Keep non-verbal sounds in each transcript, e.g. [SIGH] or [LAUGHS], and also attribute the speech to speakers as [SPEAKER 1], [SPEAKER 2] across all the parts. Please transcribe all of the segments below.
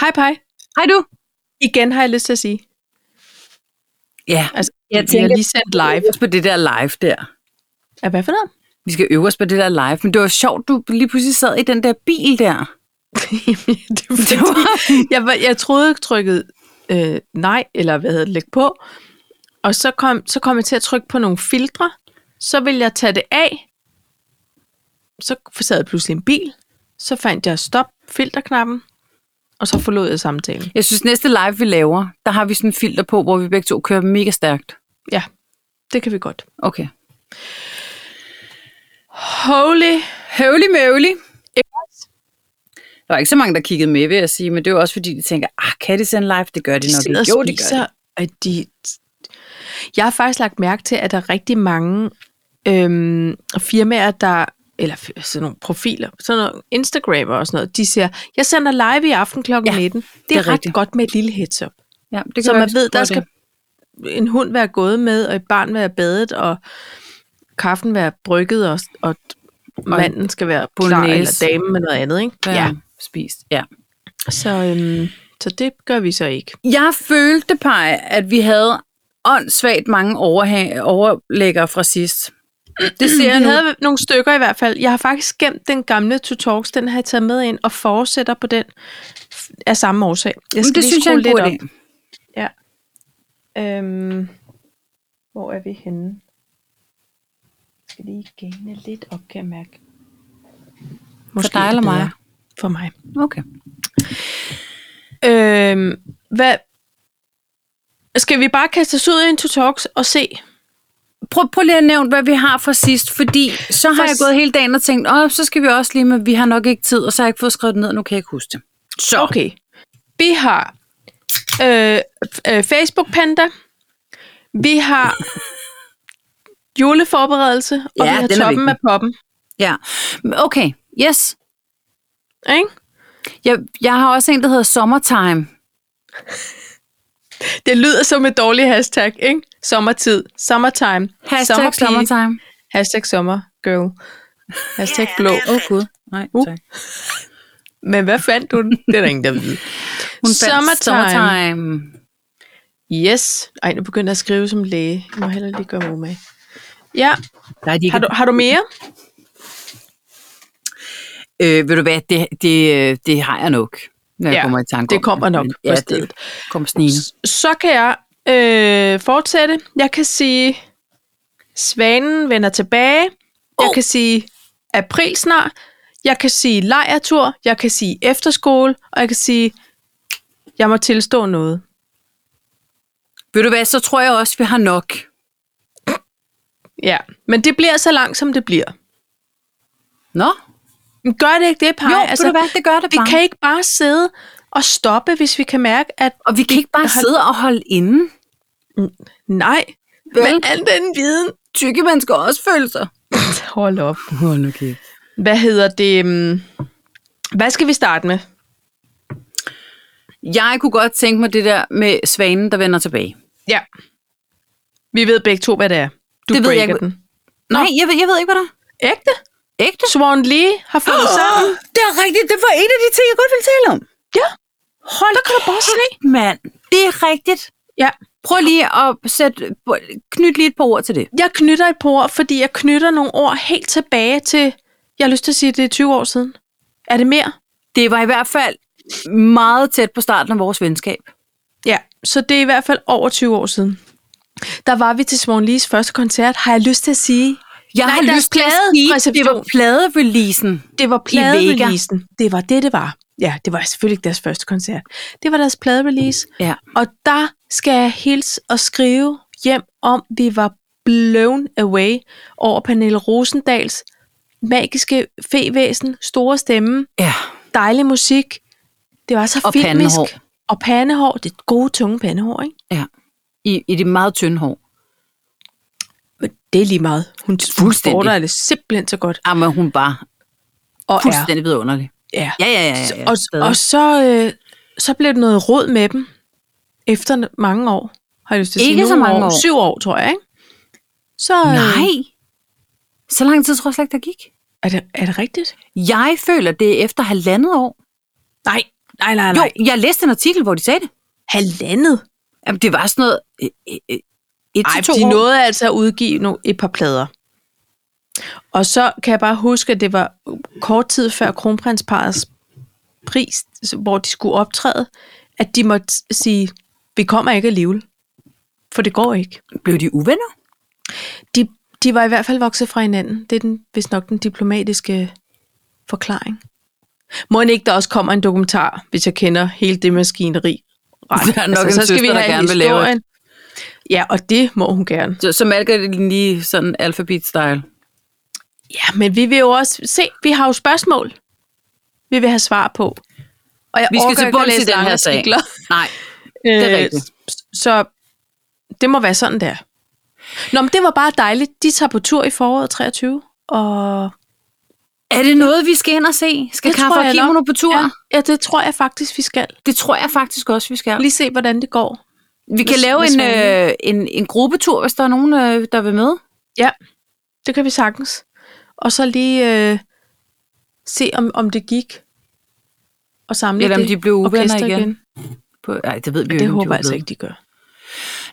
[SPEAKER 1] Hej, Paj.
[SPEAKER 2] Hej du.
[SPEAKER 1] Igen har jeg lyst til at sige.
[SPEAKER 2] Ja,
[SPEAKER 1] Altså,
[SPEAKER 2] jeg
[SPEAKER 1] vi har
[SPEAKER 2] tænker,
[SPEAKER 1] lige sendt live.
[SPEAKER 2] øve os på det der live der.
[SPEAKER 1] Ja, hvad for noget? [LAUGHS]
[SPEAKER 2] Vi skal øve os på det der live, men det var sjovt, du lige pludselig sad i den der bil der.
[SPEAKER 1] det var,
[SPEAKER 2] Det var,
[SPEAKER 1] jeg, var, jeg troede, jeg trykkede øh, nej, eller hvad hedder det, læg på. Og så kom, så kom jeg til at trykke på nogle filtre. Så ville jeg tage det af. Så sad jeg pludselig i en bil. Så fandt jeg stop filterknappen. Og så forlod jeg samtalen.
[SPEAKER 2] jeg synes, næste live, vi laver, der har vi sådan en filter på, hvor vi begge to kører mega stærkt.
[SPEAKER 1] Ja, det kan vi godt.
[SPEAKER 2] Okay.
[SPEAKER 1] Holy
[SPEAKER 2] Høvlig møvlig. Der var ikke så mange, der kiggede med, vil jeg sige, men det var også fordi, de tænker, ah, kan de sende live? Det gør de,
[SPEAKER 1] de
[SPEAKER 2] nok
[SPEAKER 1] sidder
[SPEAKER 2] ikke.
[SPEAKER 1] og
[SPEAKER 2] Jo, det gør
[SPEAKER 1] spiser, og de... Jeg har faktisk lagt mærke til, at der er rigtig mange øhm, firmaer, der eller f- sådan nogle profiler, sådan nogle Instagrammer og sådan noget, de siger, jeg sender live i aften kl. Ja, 19. Det er,
[SPEAKER 2] det
[SPEAKER 1] det
[SPEAKER 2] er
[SPEAKER 1] er ret
[SPEAKER 2] rigtigt.
[SPEAKER 1] godt med et lille heads up.
[SPEAKER 2] Ja, det kan
[SPEAKER 1] Så
[SPEAKER 2] være,
[SPEAKER 1] man
[SPEAKER 2] vi
[SPEAKER 1] ved, der
[SPEAKER 2] prøve
[SPEAKER 1] skal
[SPEAKER 2] det.
[SPEAKER 1] en hund være gået med, og et barn være badet, og kaffen være brygget, og, og manden skal være klar, eller
[SPEAKER 2] bolognese.
[SPEAKER 1] dame med noget andet, ikke?
[SPEAKER 2] Hvad ja. spist. Ja.
[SPEAKER 1] Så, øhm, så det gør vi så ikke.
[SPEAKER 2] Jeg følte, Paj, at vi havde åndssvagt mange overhæng- overlægger fra sidst. [CLEARS THROAT] Det siger
[SPEAKER 1] [CLEARS THROAT]
[SPEAKER 2] jeg
[SPEAKER 1] Vi
[SPEAKER 2] nu.
[SPEAKER 1] havde nogle stykker i hvert fald. Jeg har faktisk gemt den gamle To Talks, den har jeg taget med ind og fortsætter på den f- af samme årsag. Jeg
[SPEAKER 2] Men det synes jeg er en god idé.
[SPEAKER 1] Øhm, hvor er vi henne? Jeg skal lige gane lidt op, kan jeg mærke. Måske
[SPEAKER 2] dig
[SPEAKER 1] er det
[SPEAKER 2] eller mig?
[SPEAKER 1] bedre For mig.
[SPEAKER 2] Okay.
[SPEAKER 1] Øhm, hvad? Skal vi bare kaste os ud i en To Talks og se?
[SPEAKER 2] Prøv, prøv lige at nævne, hvad vi har fra sidst, fordi så har
[SPEAKER 1] Fra
[SPEAKER 2] jeg
[SPEAKER 1] s-
[SPEAKER 2] gået hele dagen og tænkt, åh, så skal vi også lige, men vi har nok ikke tid, og så har jeg ikke fået skrevet det ned, og nu kan jeg ikke huske det. Så,
[SPEAKER 1] Okay. Vi har øh, f- øh, Facebook Panda. Vi har juleforberedelse, og
[SPEAKER 2] Ja,
[SPEAKER 1] vi har
[SPEAKER 2] den er
[SPEAKER 1] toppen
[SPEAKER 2] vigtig.
[SPEAKER 1] af poppen.
[SPEAKER 2] ja. Okay, yes.
[SPEAKER 1] Ikke?
[SPEAKER 2] Jeg, jeg har også en, der hedder Summertime.
[SPEAKER 1] Det lyder som et dårligt hashtag, ikke? Sommertid, summertime,
[SPEAKER 2] Hashtag
[SPEAKER 1] sommerpige,
[SPEAKER 2] Summertime.
[SPEAKER 1] hashtag sommergirl, hashtag
[SPEAKER 3] Ja, ja,
[SPEAKER 1] blå.
[SPEAKER 3] det
[SPEAKER 2] Åh, oh, Gud. Nej,
[SPEAKER 1] Uh.
[SPEAKER 2] tak.
[SPEAKER 1] Men hvad fandt du den? Det er der ingen, der ved.
[SPEAKER 2] Hun fandt
[SPEAKER 1] Summertime.
[SPEAKER 2] summertime.
[SPEAKER 1] Yes. Ej, nu begynder jeg at skrive som læge. Jeg må hellere lige gøre mig umage. Ja,
[SPEAKER 2] Der er de ikke
[SPEAKER 1] har du, har du mere?
[SPEAKER 2] Øh, ved du hvad, det, det, det har jeg nok, når ja,
[SPEAKER 1] Ja,
[SPEAKER 2] jeg kommer i tanke
[SPEAKER 1] det
[SPEAKER 2] om
[SPEAKER 1] kommer nok
[SPEAKER 2] Men
[SPEAKER 1] på stedet.
[SPEAKER 2] Det kommer snigende.
[SPEAKER 1] så kan jeg øh, fortsætte. Jeg kan sige, svanen vender tilbage. Jeg
[SPEAKER 2] Oh.
[SPEAKER 1] kan sige april snart. Jeg kan sige lejertur. Jeg kan sige efterskole. Og jeg kan sige, jeg må tilstå noget.
[SPEAKER 2] Ved du hvad, så tror jeg også, vi har nok.
[SPEAKER 1] Ja, men det bliver så langt, som det bliver.
[SPEAKER 2] Nå?
[SPEAKER 1] Men gør det ikke det, Paj?
[SPEAKER 2] Jo, altså, ved du hvad, det gør det
[SPEAKER 1] vi
[SPEAKER 2] bare.
[SPEAKER 1] kan ikke bare sidde og stoppe, hvis vi kan mærke, at
[SPEAKER 2] og vi kan ikke bare
[SPEAKER 1] Hold-
[SPEAKER 2] sidde og holde inde.
[SPEAKER 1] nej,
[SPEAKER 2] Vel?
[SPEAKER 1] med al den viden.
[SPEAKER 2] Tykke mennesker også føle sig.
[SPEAKER 1] Hold op.
[SPEAKER 2] Åh, nu okay.
[SPEAKER 1] Hvad hedder det? hm, Hvad skal vi starte med?
[SPEAKER 2] Jeg kunne godt tænke mig det der med svanen, der vender tilbage.
[SPEAKER 1] Ja. Vi ved begge to, hvad det er. Du
[SPEAKER 2] Det ved jeg
[SPEAKER 1] breaker
[SPEAKER 2] ikke.
[SPEAKER 1] den.
[SPEAKER 2] Nej, jeg ved, jeg ved ikke, hvad der er.
[SPEAKER 1] Ægte?
[SPEAKER 2] Ægte?
[SPEAKER 1] Swan Lee har [GASPS] fundet oh. sammen.
[SPEAKER 2] Det er rigtigt. Det var en af de ting, jeg godt ville tale om.
[SPEAKER 1] Ja.
[SPEAKER 2] Hold
[SPEAKER 1] Der kan du bare se.
[SPEAKER 2] mand. Det er rigtigt.
[SPEAKER 1] Ja.
[SPEAKER 2] Prøv lige at sætte, knyt lige et par ord til det.
[SPEAKER 1] Jeg knytter et par ord, fordi jeg knytter nogle ord helt tilbage til, jeg har lyst til at sige, det er 20 år siden. Er det mere?
[SPEAKER 2] Det var i hvert fald meget tæt på starten af vores venskab.
[SPEAKER 1] Ja, så det er i hvert fald over 20 år siden. Der var vi til Swan Lees første koncert, har jeg lyst til at sige.
[SPEAKER 2] Jeg
[SPEAKER 1] Nej,
[SPEAKER 2] har
[SPEAKER 1] deres
[SPEAKER 2] lyst til at sige,
[SPEAKER 1] pladereception.
[SPEAKER 2] det var pladereleasen.
[SPEAKER 1] Det var
[SPEAKER 2] Vega.
[SPEAKER 1] pladereleasen. Det var det, det var. Ja, det var selvfølgelig ikke deres første koncert. Det var deres pladerelease.
[SPEAKER 2] Ja.
[SPEAKER 1] Og der skal jeg hilse og skrive hjem om, vi var blown away over Pernille Rosendals magiske fevæsen, store stemme,
[SPEAKER 2] Ja.
[SPEAKER 1] dejlig musik. Det var så
[SPEAKER 2] Og
[SPEAKER 1] filmisk.
[SPEAKER 2] pandehår.
[SPEAKER 1] Og pandehår. Det er gode, tunge pandehår, ikke?
[SPEAKER 2] ja. I, I det meget tynde hår.
[SPEAKER 1] Men det er lige meget. Hun, hun
[SPEAKER 2] Fuldstændig.
[SPEAKER 1] sporter det simpelthen så godt.
[SPEAKER 2] Jamen, Ah, hun var
[SPEAKER 1] Og er,
[SPEAKER 2] fuldstændig vidunderlig.
[SPEAKER 1] er
[SPEAKER 2] Ja, ja, ja. ja, ja.
[SPEAKER 1] og, og så, øh, så blev det noget råd med dem efter n- mange år. Har jeg lyst til at sige,
[SPEAKER 2] Ikke så
[SPEAKER 1] nogle
[SPEAKER 2] mange år.
[SPEAKER 1] Syv år, tror jeg, ikke? Så, øh,
[SPEAKER 2] Nej. Så lang tid tror jeg slet ikke, der gik.
[SPEAKER 1] Er det, er det rigtigt?
[SPEAKER 2] Jeg føler, det er efter halvandet år.
[SPEAKER 1] Nej, Nej, nej,
[SPEAKER 2] Jo,
[SPEAKER 1] nej.
[SPEAKER 2] jeg læste en artikel, hvor de sagde det.
[SPEAKER 1] halvandet.
[SPEAKER 2] Jamen, det var sådan noget... øh, øh, Et
[SPEAKER 1] Ej,
[SPEAKER 2] til to
[SPEAKER 1] de
[SPEAKER 2] år.
[SPEAKER 1] nåede altså at udgive nogle, et par plader. Og så kan jeg bare huske, at det var kort tid før kronprinsparets pris, hvor de skulle optræde, at de måtte sige, vi kommer ikke alligevel, for det går ikke.
[SPEAKER 2] Blev de uvenner?
[SPEAKER 1] De, de var i hvert fald vokset fra hinanden. Det er den, hvis nok den diplomatiske forklaring. Må ikke, der også kommer en dokumentar, hvis jeg kender hele det [LAUGHS] maskineri? ret? Altså,
[SPEAKER 2] Der er nok en søster, der gerne vil lave
[SPEAKER 1] historien. Ja, og det må hun gerne.
[SPEAKER 2] Så, så malker det lige sådan alfabet-style.
[SPEAKER 1] Ja, men vi vil jo også se, vi har jo spørgsmål, vi vil have svar på. Og jeg
[SPEAKER 2] Vi skal
[SPEAKER 1] orker
[SPEAKER 2] til
[SPEAKER 1] ikke at
[SPEAKER 2] bunds i
[SPEAKER 1] læse
[SPEAKER 2] den
[SPEAKER 1] lange
[SPEAKER 2] her sag.
[SPEAKER 1] [LAUGHS] artikler.
[SPEAKER 2] Nej, det er
[SPEAKER 1] Øh,
[SPEAKER 2] rigtigt.
[SPEAKER 1] Så det må være sådan der. Nå, men det var bare dejligt. De tager på tur i foråret 23, og
[SPEAKER 2] Er det noget, vi skal ind og se? Skal
[SPEAKER 1] Det tror
[SPEAKER 2] Kaffe og
[SPEAKER 1] jeg nok.
[SPEAKER 2] Kimono på tur?
[SPEAKER 1] ja, ja, det tror jeg faktisk, vi skal.
[SPEAKER 2] Det tror jeg faktisk også, vi skal.
[SPEAKER 1] Lige se, hvordan det går.
[SPEAKER 2] Vi kan
[SPEAKER 1] Hvis-
[SPEAKER 2] lave
[SPEAKER 1] hvis
[SPEAKER 2] en,
[SPEAKER 1] man
[SPEAKER 2] øh, en, en gruppetur, hvis der er nogen, øh, der vil med.
[SPEAKER 1] Ja, det kan vi sagtens. Og så lige øh, se, om, om det gik. Og samle
[SPEAKER 2] Eller om
[SPEAKER 1] det
[SPEAKER 2] de blev uvenner
[SPEAKER 1] orkester
[SPEAKER 2] igen. På, nej, det ved vi
[SPEAKER 1] Det
[SPEAKER 2] om de
[SPEAKER 1] håber
[SPEAKER 2] var
[SPEAKER 1] jeg altså
[SPEAKER 2] blevet.
[SPEAKER 1] ikke, de gør.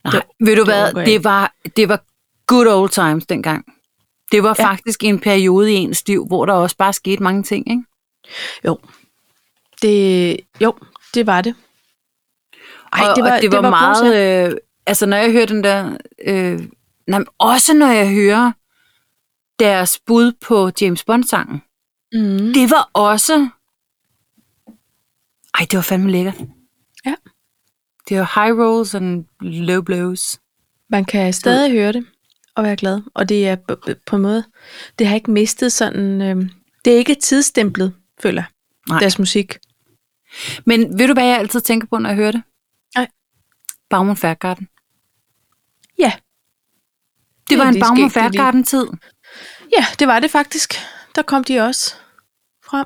[SPEAKER 2] Nej,
[SPEAKER 1] Det-
[SPEAKER 2] ved du
[SPEAKER 1] det
[SPEAKER 2] hvad,
[SPEAKER 1] håber jeg
[SPEAKER 2] det
[SPEAKER 1] ikke.
[SPEAKER 2] var, det var good old times dengang. Det var ja.
[SPEAKER 1] Ja.
[SPEAKER 2] faktisk en periode i ens liv, hvor der også bare skete mange ting, ikke?
[SPEAKER 1] Jo. Det, jo, det var det.
[SPEAKER 2] og, og det var meget... Øh, altså, når jeg hører den der... Øh, nej, men også når jeg hører deres bud på James Bond-sangen.
[SPEAKER 1] Mm.
[SPEAKER 2] Det var også... Ej, det var fandme lækkert.
[SPEAKER 1] Ja.
[SPEAKER 2] Det var high rolls and low blows.
[SPEAKER 1] Man kan stadig høre det og være glad. Og det er b- b- på en måde... Det har ikke mistet sådan... Øh, det er ikke tidsstemplet, føler jeg.
[SPEAKER 2] Nej.
[SPEAKER 1] Deres musik.
[SPEAKER 2] Men ved du, hvad jeg altid tænker på, når jeg hører det?
[SPEAKER 1] Nej.
[SPEAKER 2] Bagman Færgarden.
[SPEAKER 1] Ja.
[SPEAKER 2] Det, det var en
[SPEAKER 1] lige
[SPEAKER 2] Bagman
[SPEAKER 1] skægt, det lige-
[SPEAKER 2] Færgarden-tid.
[SPEAKER 1] Ja, det var det faktisk. Der kom de også frem.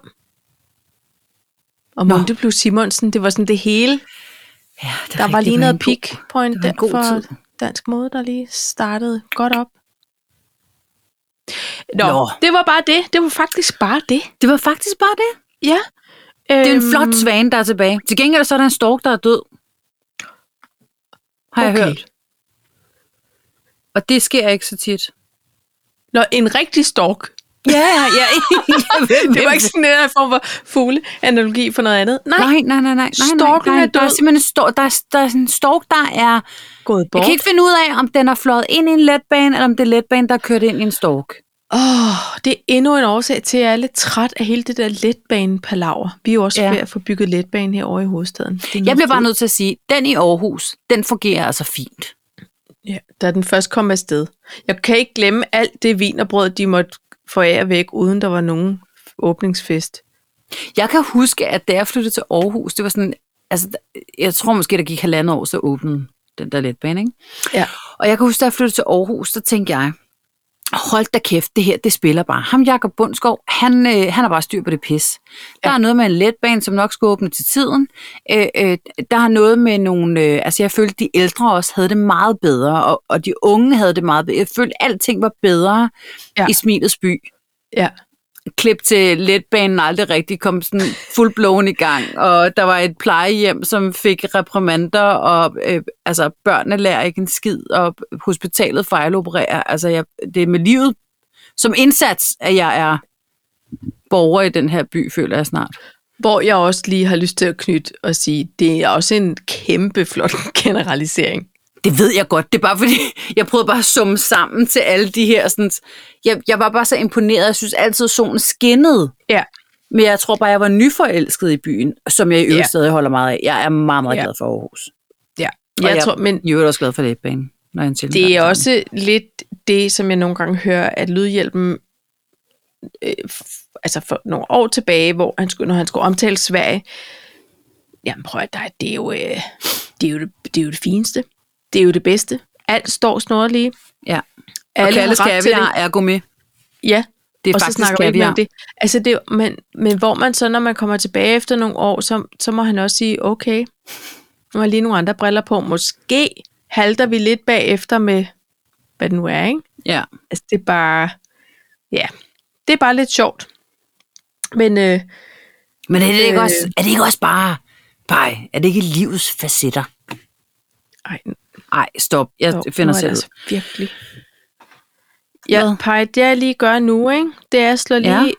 [SPEAKER 1] Og
[SPEAKER 2] Nå.
[SPEAKER 1] Monte blev Simonsen, det var sådan det hele.
[SPEAKER 2] Ja, det
[SPEAKER 1] Der var lige noget peak point
[SPEAKER 2] det var
[SPEAKER 1] der
[SPEAKER 2] en god
[SPEAKER 1] for
[SPEAKER 2] tid.
[SPEAKER 1] dansk mode, der lige startede godt op. Nå,
[SPEAKER 2] Nå.
[SPEAKER 1] Nå, det var bare det. Det var faktisk bare det. Øhm,
[SPEAKER 2] Det var faktisk bare det.
[SPEAKER 1] Ja.
[SPEAKER 2] Det er en flot svane, der er tilbage. Til gengæld så er der en stork, der er død. Har okay. jeg hørt. Og det sker ikke så tit.
[SPEAKER 1] Nå, en rigtig stork.
[SPEAKER 2] Ja, [LAUGHS] ja.
[SPEAKER 1] Det var ikke sådan en form for fugleanalogi for noget andet. Nej,
[SPEAKER 2] Nej, nej, nej, nej. nej, nej.
[SPEAKER 1] Storken
[SPEAKER 2] nej,
[SPEAKER 1] er
[SPEAKER 2] Der er
[SPEAKER 1] død.
[SPEAKER 2] simpelthen en stork, der, er, der er sådan en stork, der er...
[SPEAKER 1] gået
[SPEAKER 2] Jeg
[SPEAKER 1] bort.
[SPEAKER 2] kan ikke finde ud af, om den er fløjet ind i en letbane, eller om det er letbane, der er kørt ind i en stork.
[SPEAKER 1] Åh, det er endnu en årsag til, at jeg er lidt træt af hele det der letbanepalaver. Vi er jo også
[SPEAKER 2] Ja.
[SPEAKER 1] ja. ved at få bygget letbane herovre i hovedstaden. Det er
[SPEAKER 2] Jeg
[SPEAKER 1] noget
[SPEAKER 2] bliver bare
[SPEAKER 1] rod.
[SPEAKER 2] nødt til at sige, den i Aarhus, den fungerer altså fint.
[SPEAKER 1] Ja, da den først kom afsted. Jeg kan ikke glemme alt det vinerbrød, de måtte forære væk, uden der var nogen åbningsfest.
[SPEAKER 2] Jeg kan huske, at da jeg flyttede til Aarhus, det var sådan, altså, jeg tror måske, der gik halvandet år, så åbnede den der letbane, ikke?
[SPEAKER 1] Ja.
[SPEAKER 2] Og jeg kan huske, da jeg flyttede til Aarhus, så tænkte jeg, hold da kæft, det her, det spiller bare. Ham Jakob Bundskov, han, øh, han har bare styr på det pis. Der er noget med en letbane, som nok skal åbne til tiden. Øh, øh, der er noget med nogle... Øh, altså, jeg følte, de ældre også havde det meget bedre, og, og de unge havde det meget bedre. Jeg følte, alting var bedre ja.
[SPEAKER 1] Ja.
[SPEAKER 2] i Smilets by
[SPEAKER 1] Ja,
[SPEAKER 2] øh, altså, Altså,
[SPEAKER 1] hvor jeg også lige har lyst til at knytte og sige, det er også en kæmpe flot [LAUGHS] generalisering.
[SPEAKER 2] Det ved jeg godt. Det er bare fordi, [LAUGHS] jeg prøvede bare at summe sammen til alle de her. Sådan, jeg, jeg var bare så imponeret. Jeg synes altid, solen skinnede.
[SPEAKER 1] Ja.
[SPEAKER 2] Men jeg tror bare, jeg var nyforelsket i byen, som jeg i øvrigt
[SPEAKER 1] Ja.
[SPEAKER 2] stadig holder meget af. Jeg er meget, meget
[SPEAKER 1] Ja.
[SPEAKER 2] glad for Aarhus.
[SPEAKER 1] Ja,
[SPEAKER 2] Og
[SPEAKER 1] jeg,
[SPEAKER 2] jeg-
[SPEAKER 1] jeg tror, men
[SPEAKER 2] I øvrigt også glad for letbanen, når jeg er en sjældent gang
[SPEAKER 1] Det er
[SPEAKER 2] sammen.
[SPEAKER 1] også lidt det, som jeg nogle gange hører, at lydhjælpen, øh, f- altså for nogle år tilbage, hvor han skulle, når han skulle omtale Sverige, jamen prøv at dig, det er jo, øh, det, er jo det, det er jo det fineste. Det er jo det bedste. Alt står snorlige.
[SPEAKER 2] Ja.
[SPEAKER 1] Alle
[SPEAKER 2] og
[SPEAKER 1] har
[SPEAKER 2] Kalle
[SPEAKER 1] ret til
[SPEAKER 2] Skaviar
[SPEAKER 1] det.
[SPEAKER 2] er gourmet.
[SPEAKER 1] Ja,
[SPEAKER 2] Det er
[SPEAKER 1] og så
[SPEAKER 2] faktisk
[SPEAKER 1] snakker vi ikke mere
[SPEAKER 2] Skaviar.
[SPEAKER 1] om det. Altså det, er- men, men hvor man så, når man kommer tilbage efter nogle år, så, så må han også sige, okay, nu har jeg lige nogle andre briller på. Måske halter vi lidt bagefter med, hvad den nu er, ikke?
[SPEAKER 2] Ja.
[SPEAKER 1] Altså, det er bare... Ja, det er bare lidt sjovt. Men øh,
[SPEAKER 2] Men er det, ikke
[SPEAKER 1] Øh.
[SPEAKER 2] også, er det ikke også bare spej? Er det ikke livets facetter?
[SPEAKER 1] Ej,
[SPEAKER 2] Nej, stop. Jeg
[SPEAKER 1] dog,
[SPEAKER 2] finder
[SPEAKER 1] nu er det
[SPEAKER 2] selv.
[SPEAKER 1] altså virkelig. Ja,
[SPEAKER 2] Hvad?
[SPEAKER 1] Paj, det jeg lige gør nu, ikke? det er at slå
[SPEAKER 2] Ja.
[SPEAKER 1] lige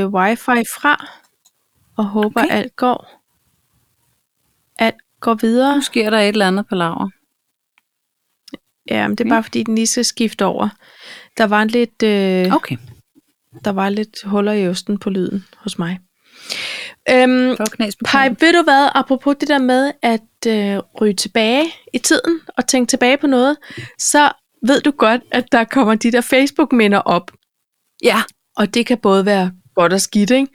[SPEAKER 1] øh, wifi fra, og håber,
[SPEAKER 2] Okay.
[SPEAKER 1] okay. alt går. Alt går videre.
[SPEAKER 2] Nu sker der et eller andet på laver.
[SPEAKER 1] Ja, men det er
[SPEAKER 2] Okay.
[SPEAKER 1] bare fordi, den lige skal skifte over. Der var, lidt, øh,
[SPEAKER 2] Okay.
[SPEAKER 1] der var lidt huller i østen på lyden hos mig. Øhm,
[SPEAKER 2] For knas på
[SPEAKER 1] Paj,
[SPEAKER 2] knappen.
[SPEAKER 1] ved du hvad, apropos det der med at øh, ryge tilbage i tiden og tænke tilbage på noget, så ved du godt, at der kommer de der Facebook-minder op,
[SPEAKER 2] Ja.
[SPEAKER 1] og det kan både være godt og skidt, ikke?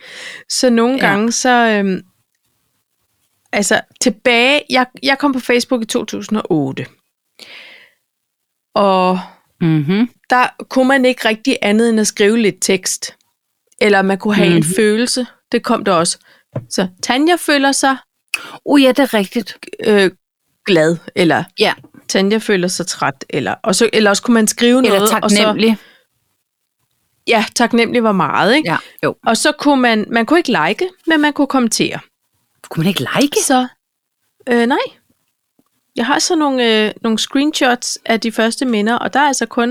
[SPEAKER 1] Så nogle
[SPEAKER 2] Ja.
[SPEAKER 1] ja. gange så... Øh, altså tilbage... Jeg, jeg kom på Facebook i 2008, og
[SPEAKER 2] Mm-hmm.
[SPEAKER 1] der kunne man ikke rigtig andet end at skrive lidt tekst. Eller man kunne have mm-hmm. en følelse. Det kom der også. Så Tanja føler sig
[SPEAKER 2] Uh, ja, det er rigtigt.
[SPEAKER 1] øh, glad, eller
[SPEAKER 2] Ja.
[SPEAKER 1] Tanja føler sig træt, eller, og så, eller også kunne man skrive
[SPEAKER 2] Eller
[SPEAKER 1] noget. Og så,
[SPEAKER 2] taknemmelig.
[SPEAKER 1] ja, taknemmelig var meget, ikke? Ja.
[SPEAKER 2] Ja, jo.
[SPEAKER 1] Og så kunne man, man kunne ikke like, men man kunne kommentere.
[SPEAKER 2] Kunne man ikke like?
[SPEAKER 1] Så, øh, nej. Jeg har så nogle, øh, nogle screenshots af de første minder, og der er altså kun...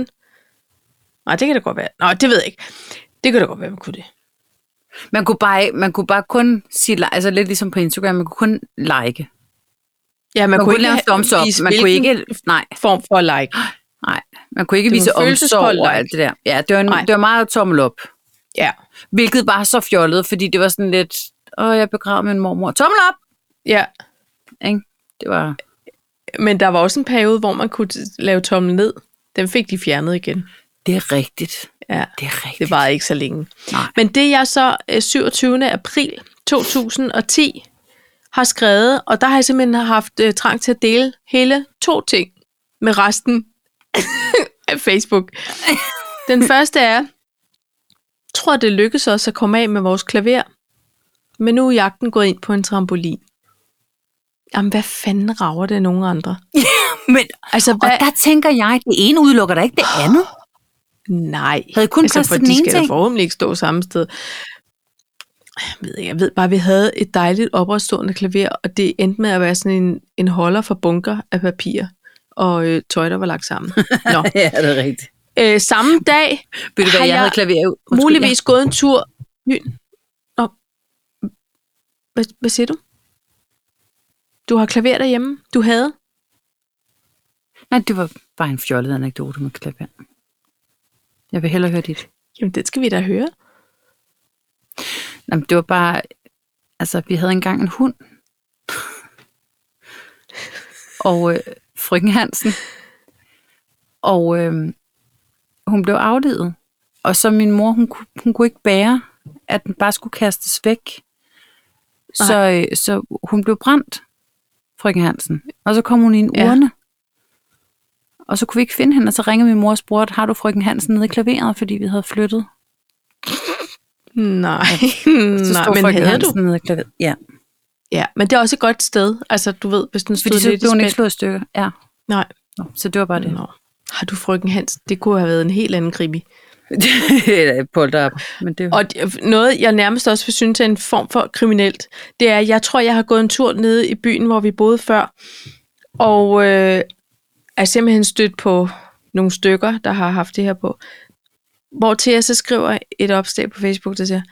[SPEAKER 1] Nej, det kan da godt være. Nå, det ved jeg ikke. Det kan da godt være, man kunne det.
[SPEAKER 2] Man kunne bare, man kunne bare kun sige, li- altså lidt ligesom på Instagram, man kunne kun like. Man,
[SPEAKER 1] Ja, man,
[SPEAKER 2] man kunne, kunne
[SPEAKER 1] ikke
[SPEAKER 2] lave
[SPEAKER 1] have-
[SPEAKER 2] thumbs up.
[SPEAKER 1] vise
[SPEAKER 2] Man kunne
[SPEAKER 1] hvilken
[SPEAKER 2] ikke, nej,
[SPEAKER 1] form for like.
[SPEAKER 2] nej. Man kunne ikke
[SPEAKER 1] Det var
[SPEAKER 2] vise
[SPEAKER 1] en følelseskold
[SPEAKER 2] omsorg og
[SPEAKER 1] like.
[SPEAKER 2] alt det der. Ja, det var,
[SPEAKER 1] Nej.
[SPEAKER 2] en, det var meget tommel op.
[SPEAKER 1] Ja.
[SPEAKER 2] Hvilket var så fjollet, fordi det var sådan lidt, åh, jeg begravede min mormor. Tommel op!
[SPEAKER 1] ja,
[SPEAKER 2] Ikke? Det var,
[SPEAKER 1] men der var også en periode, hvor man kunne t- lave tommel ned. Den fik de fjernet igen.
[SPEAKER 2] det er rigtigt.
[SPEAKER 1] Ja,
[SPEAKER 2] Det er rigtigt.
[SPEAKER 1] det var ikke så længe.
[SPEAKER 2] Nej.
[SPEAKER 1] Men det jeg så øh, 27. april 2010 har skrevet, og der har jeg simpelthen haft øh, trang til at dele hele to ting med resten af Facebook. Den første er, tror det lykkedes os at komme af med vores klaver, men nu er jagten gået ind på en trampolin. Jamen, hvad fanden rager det nogen andre?
[SPEAKER 2] Men,
[SPEAKER 1] Altså,
[SPEAKER 2] og
[SPEAKER 1] hvad?
[SPEAKER 2] der tænker jeg, det ene udelukker da ikke det
[SPEAKER 1] [GASPS]
[SPEAKER 2] andet.
[SPEAKER 1] Nej.
[SPEAKER 2] Havde kun
[SPEAKER 1] altså,
[SPEAKER 2] kostet
[SPEAKER 1] for
[SPEAKER 2] den
[SPEAKER 1] de
[SPEAKER 2] ene
[SPEAKER 1] skal da
[SPEAKER 2] ting.
[SPEAKER 1] forhåbentlig ikke stå samme sted. Jeg ved, ikke, jeg ved bare, at vi havde et dejligt opretstående klaver, og det endte med at være sådan en, en holder for bunker af papir og øh, tøj, der var lagt
[SPEAKER 2] [LAUGHS]
[SPEAKER 1] sammen. Nå.
[SPEAKER 2] ja, det er rigtigt.
[SPEAKER 1] Øh, samme dag
[SPEAKER 2] Ved du hvad,
[SPEAKER 1] Har
[SPEAKER 2] jeg, jeg
[SPEAKER 1] jeg
[SPEAKER 2] havde klaver. Undskyld,
[SPEAKER 1] muligvis gået en tur. Ny- Nå. Hvad, hvad siger du? Du har klaver derhjemme? Du havde?
[SPEAKER 2] Ja. Nej, det var bare en fjollet anekdote med klaver. Jeg vil hellere høre dit.
[SPEAKER 1] Jamen, det skal vi da høre.
[SPEAKER 2] Jamen, det var bare... Altså, vi havde engang en hund. og øh, frøken Hansen. Og øh, hun blev afledet. Og så min mor, hun, kunne- hun kunne ikke bære, at den bare skulle kastes væk. Så, øh, så hun blev brændt, frøken Hansen. Og så kom hun i en
[SPEAKER 1] Ja.
[SPEAKER 2] urne. Og så kunne vi ikke finde hende, og så ringede min mor og spurgte, har du frøken Hansen nede i klaveret, fordi vi havde flyttet?
[SPEAKER 1] Nej,
[SPEAKER 2] Så
[SPEAKER 1] [LAUGHS] nej,
[SPEAKER 2] stod
[SPEAKER 1] men
[SPEAKER 2] frøken
[SPEAKER 1] havde du?
[SPEAKER 2] Hansen nede i klaveret. Ja.
[SPEAKER 1] Ja, men det er også et godt sted. Altså, du ved, hvis den stod
[SPEAKER 2] Fordi så
[SPEAKER 1] lidt i
[SPEAKER 2] blev hun
[SPEAKER 1] spænd.
[SPEAKER 2] ikke slået i stykker. Ja.
[SPEAKER 1] Nej.
[SPEAKER 2] Nå, så det var bare det.
[SPEAKER 1] Nå. Har du frøken Hans? Det kunne have været en helt anden krimi.
[SPEAKER 2] [LAUGHS] Polter op. Men det,
[SPEAKER 1] Og d- øh, noget, jeg nærmest også vil synes er en form for kriminelt, det er, at jeg tror, jeg har gået en tur nede i byen, hvor vi boede før, og øh, er simpelthen stødt på nogle stykker, der har haft det her på. Hvor til jeg så skriver et opslag på Facebook, der siger,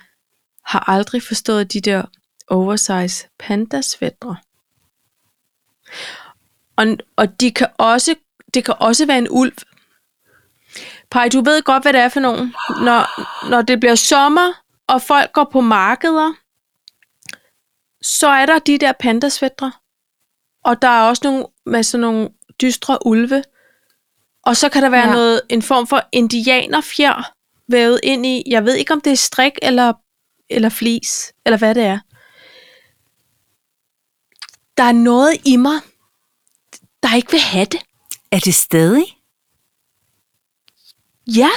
[SPEAKER 1] har aldrig forstået de der oversize pandasvætre. Og, og de kan også, det kan også være en ulv. Pej, du ved godt, hvad det er for nogen. Når, når det bliver sommer, og folk går på markeder, så er der de der pandasvætre. Og der er også nogle med sådan nogle dystre ulve. Og så kan der være
[SPEAKER 2] Ja.
[SPEAKER 1] ja. noget, en form for indianerfjer vævet ind i. Jeg ved ikke, om det er strik eller, eller flis, eller hvad det er. Der er noget i mig, der ikke vil have det.
[SPEAKER 2] er det stadig?
[SPEAKER 1] Ja.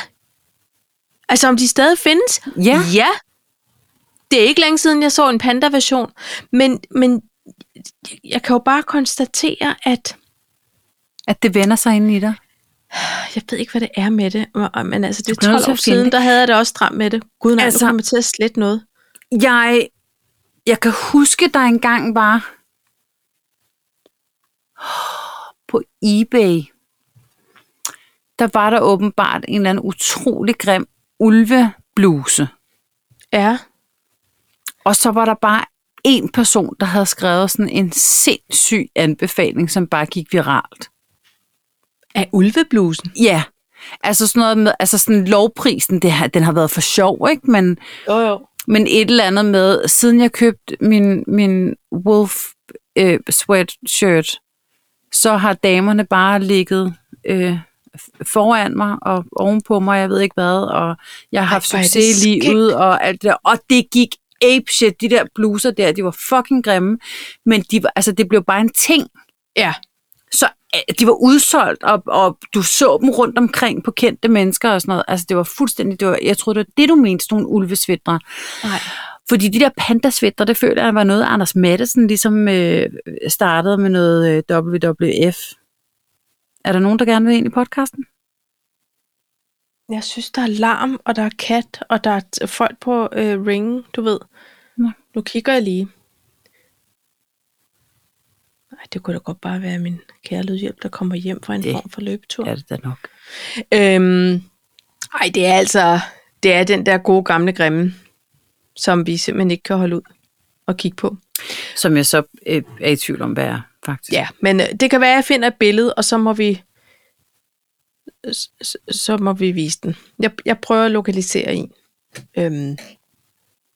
[SPEAKER 1] Altså, om de stadig findes?
[SPEAKER 2] Ja.
[SPEAKER 1] ja. Det er ikke længe siden, jeg så en panda-version. Men, men jeg kan jo bare konstatere, at
[SPEAKER 2] At det vender sig ind i dig?
[SPEAKER 1] jeg ved ikke, hvad det er med det. Men altså, det
[SPEAKER 2] Du bliver
[SPEAKER 1] er 12
[SPEAKER 2] nødt til
[SPEAKER 1] år
[SPEAKER 2] at finde
[SPEAKER 1] siden,
[SPEAKER 2] det.
[SPEAKER 1] der havde jeg det også stramt med det. Gud nej, altså,
[SPEAKER 2] Altså-
[SPEAKER 1] nu kommer jeg til at slette noget.
[SPEAKER 2] Jeg, jeg kan huske, der engang var [GASPS] på eBay, der var der åbenbart en eller anden utrolig grim ulvebluse.
[SPEAKER 1] Ja.
[SPEAKER 2] Og så var der bare en person, der havde skrevet sådan en sindssyg anbefaling, som bare gik viralt.
[SPEAKER 1] Af ulveblusen?
[SPEAKER 2] Ja, altså sådan noget med, altså sådan lovprisen, det har, den har været for sjov, ikke? Men,
[SPEAKER 1] Jo, jo.
[SPEAKER 2] men et eller andet med, siden jeg købte min, min wolf øh, sweatshirt, så har damerne bare ligget øh, foran mig og ovenpå mig, jeg ved ikke hvad, og jeg har haft
[SPEAKER 1] hvor er det
[SPEAKER 2] succes i
[SPEAKER 1] skægt.
[SPEAKER 2] livet og alt det der. Og det gik apeshit, de der bluser der, de var fucking grimme, men de var, altså, det blev bare en ting.
[SPEAKER 1] Ja.
[SPEAKER 2] Så øh, de var udsolgt, og, og du så dem rundt omkring på kendte mennesker og sådan noget. Altså, det var fuldstændig... Det var, jeg troede, det var det, du mente, sådan nogle ulvesvitre.
[SPEAKER 1] Nej.
[SPEAKER 2] Fordi de der pandasvitter, det føler jeg var noget, Anders Madsen ligesom øh, startede med noget øh, WWF. Er der nogen, der gerne vil ind i podcasten?
[SPEAKER 1] Jeg synes, der er larm, og der er kat, og der er t- folk på øh, ringen, du ved.
[SPEAKER 2] Nå.
[SPEAKER 1] Nu kigger jeg lige. Nej, det kunne da godt bare være min kære lydhjælp, der kommer hjem fra en
[SPEAKER 2] Det
[SPEAKER 1] det. form for løbetur.
[SPEAKER 2] Ja, det er nok.
[SPEAKER 1] Øhm, ej, det er altså, det er den der gode gamle grimme, som vi simpelthen ikke kan holde ud og kigge på.
[SPEAKER 2] Som jeg så øh, er i tvivl om, hvad er, faktisk.
[SPEAKER 1] Ja, men øh, det kan være, at jeg finder et billede, og så må vi, s- s- så må vi vise den. Jeg, jeg prøver at lokalisere en. Øhm, ja.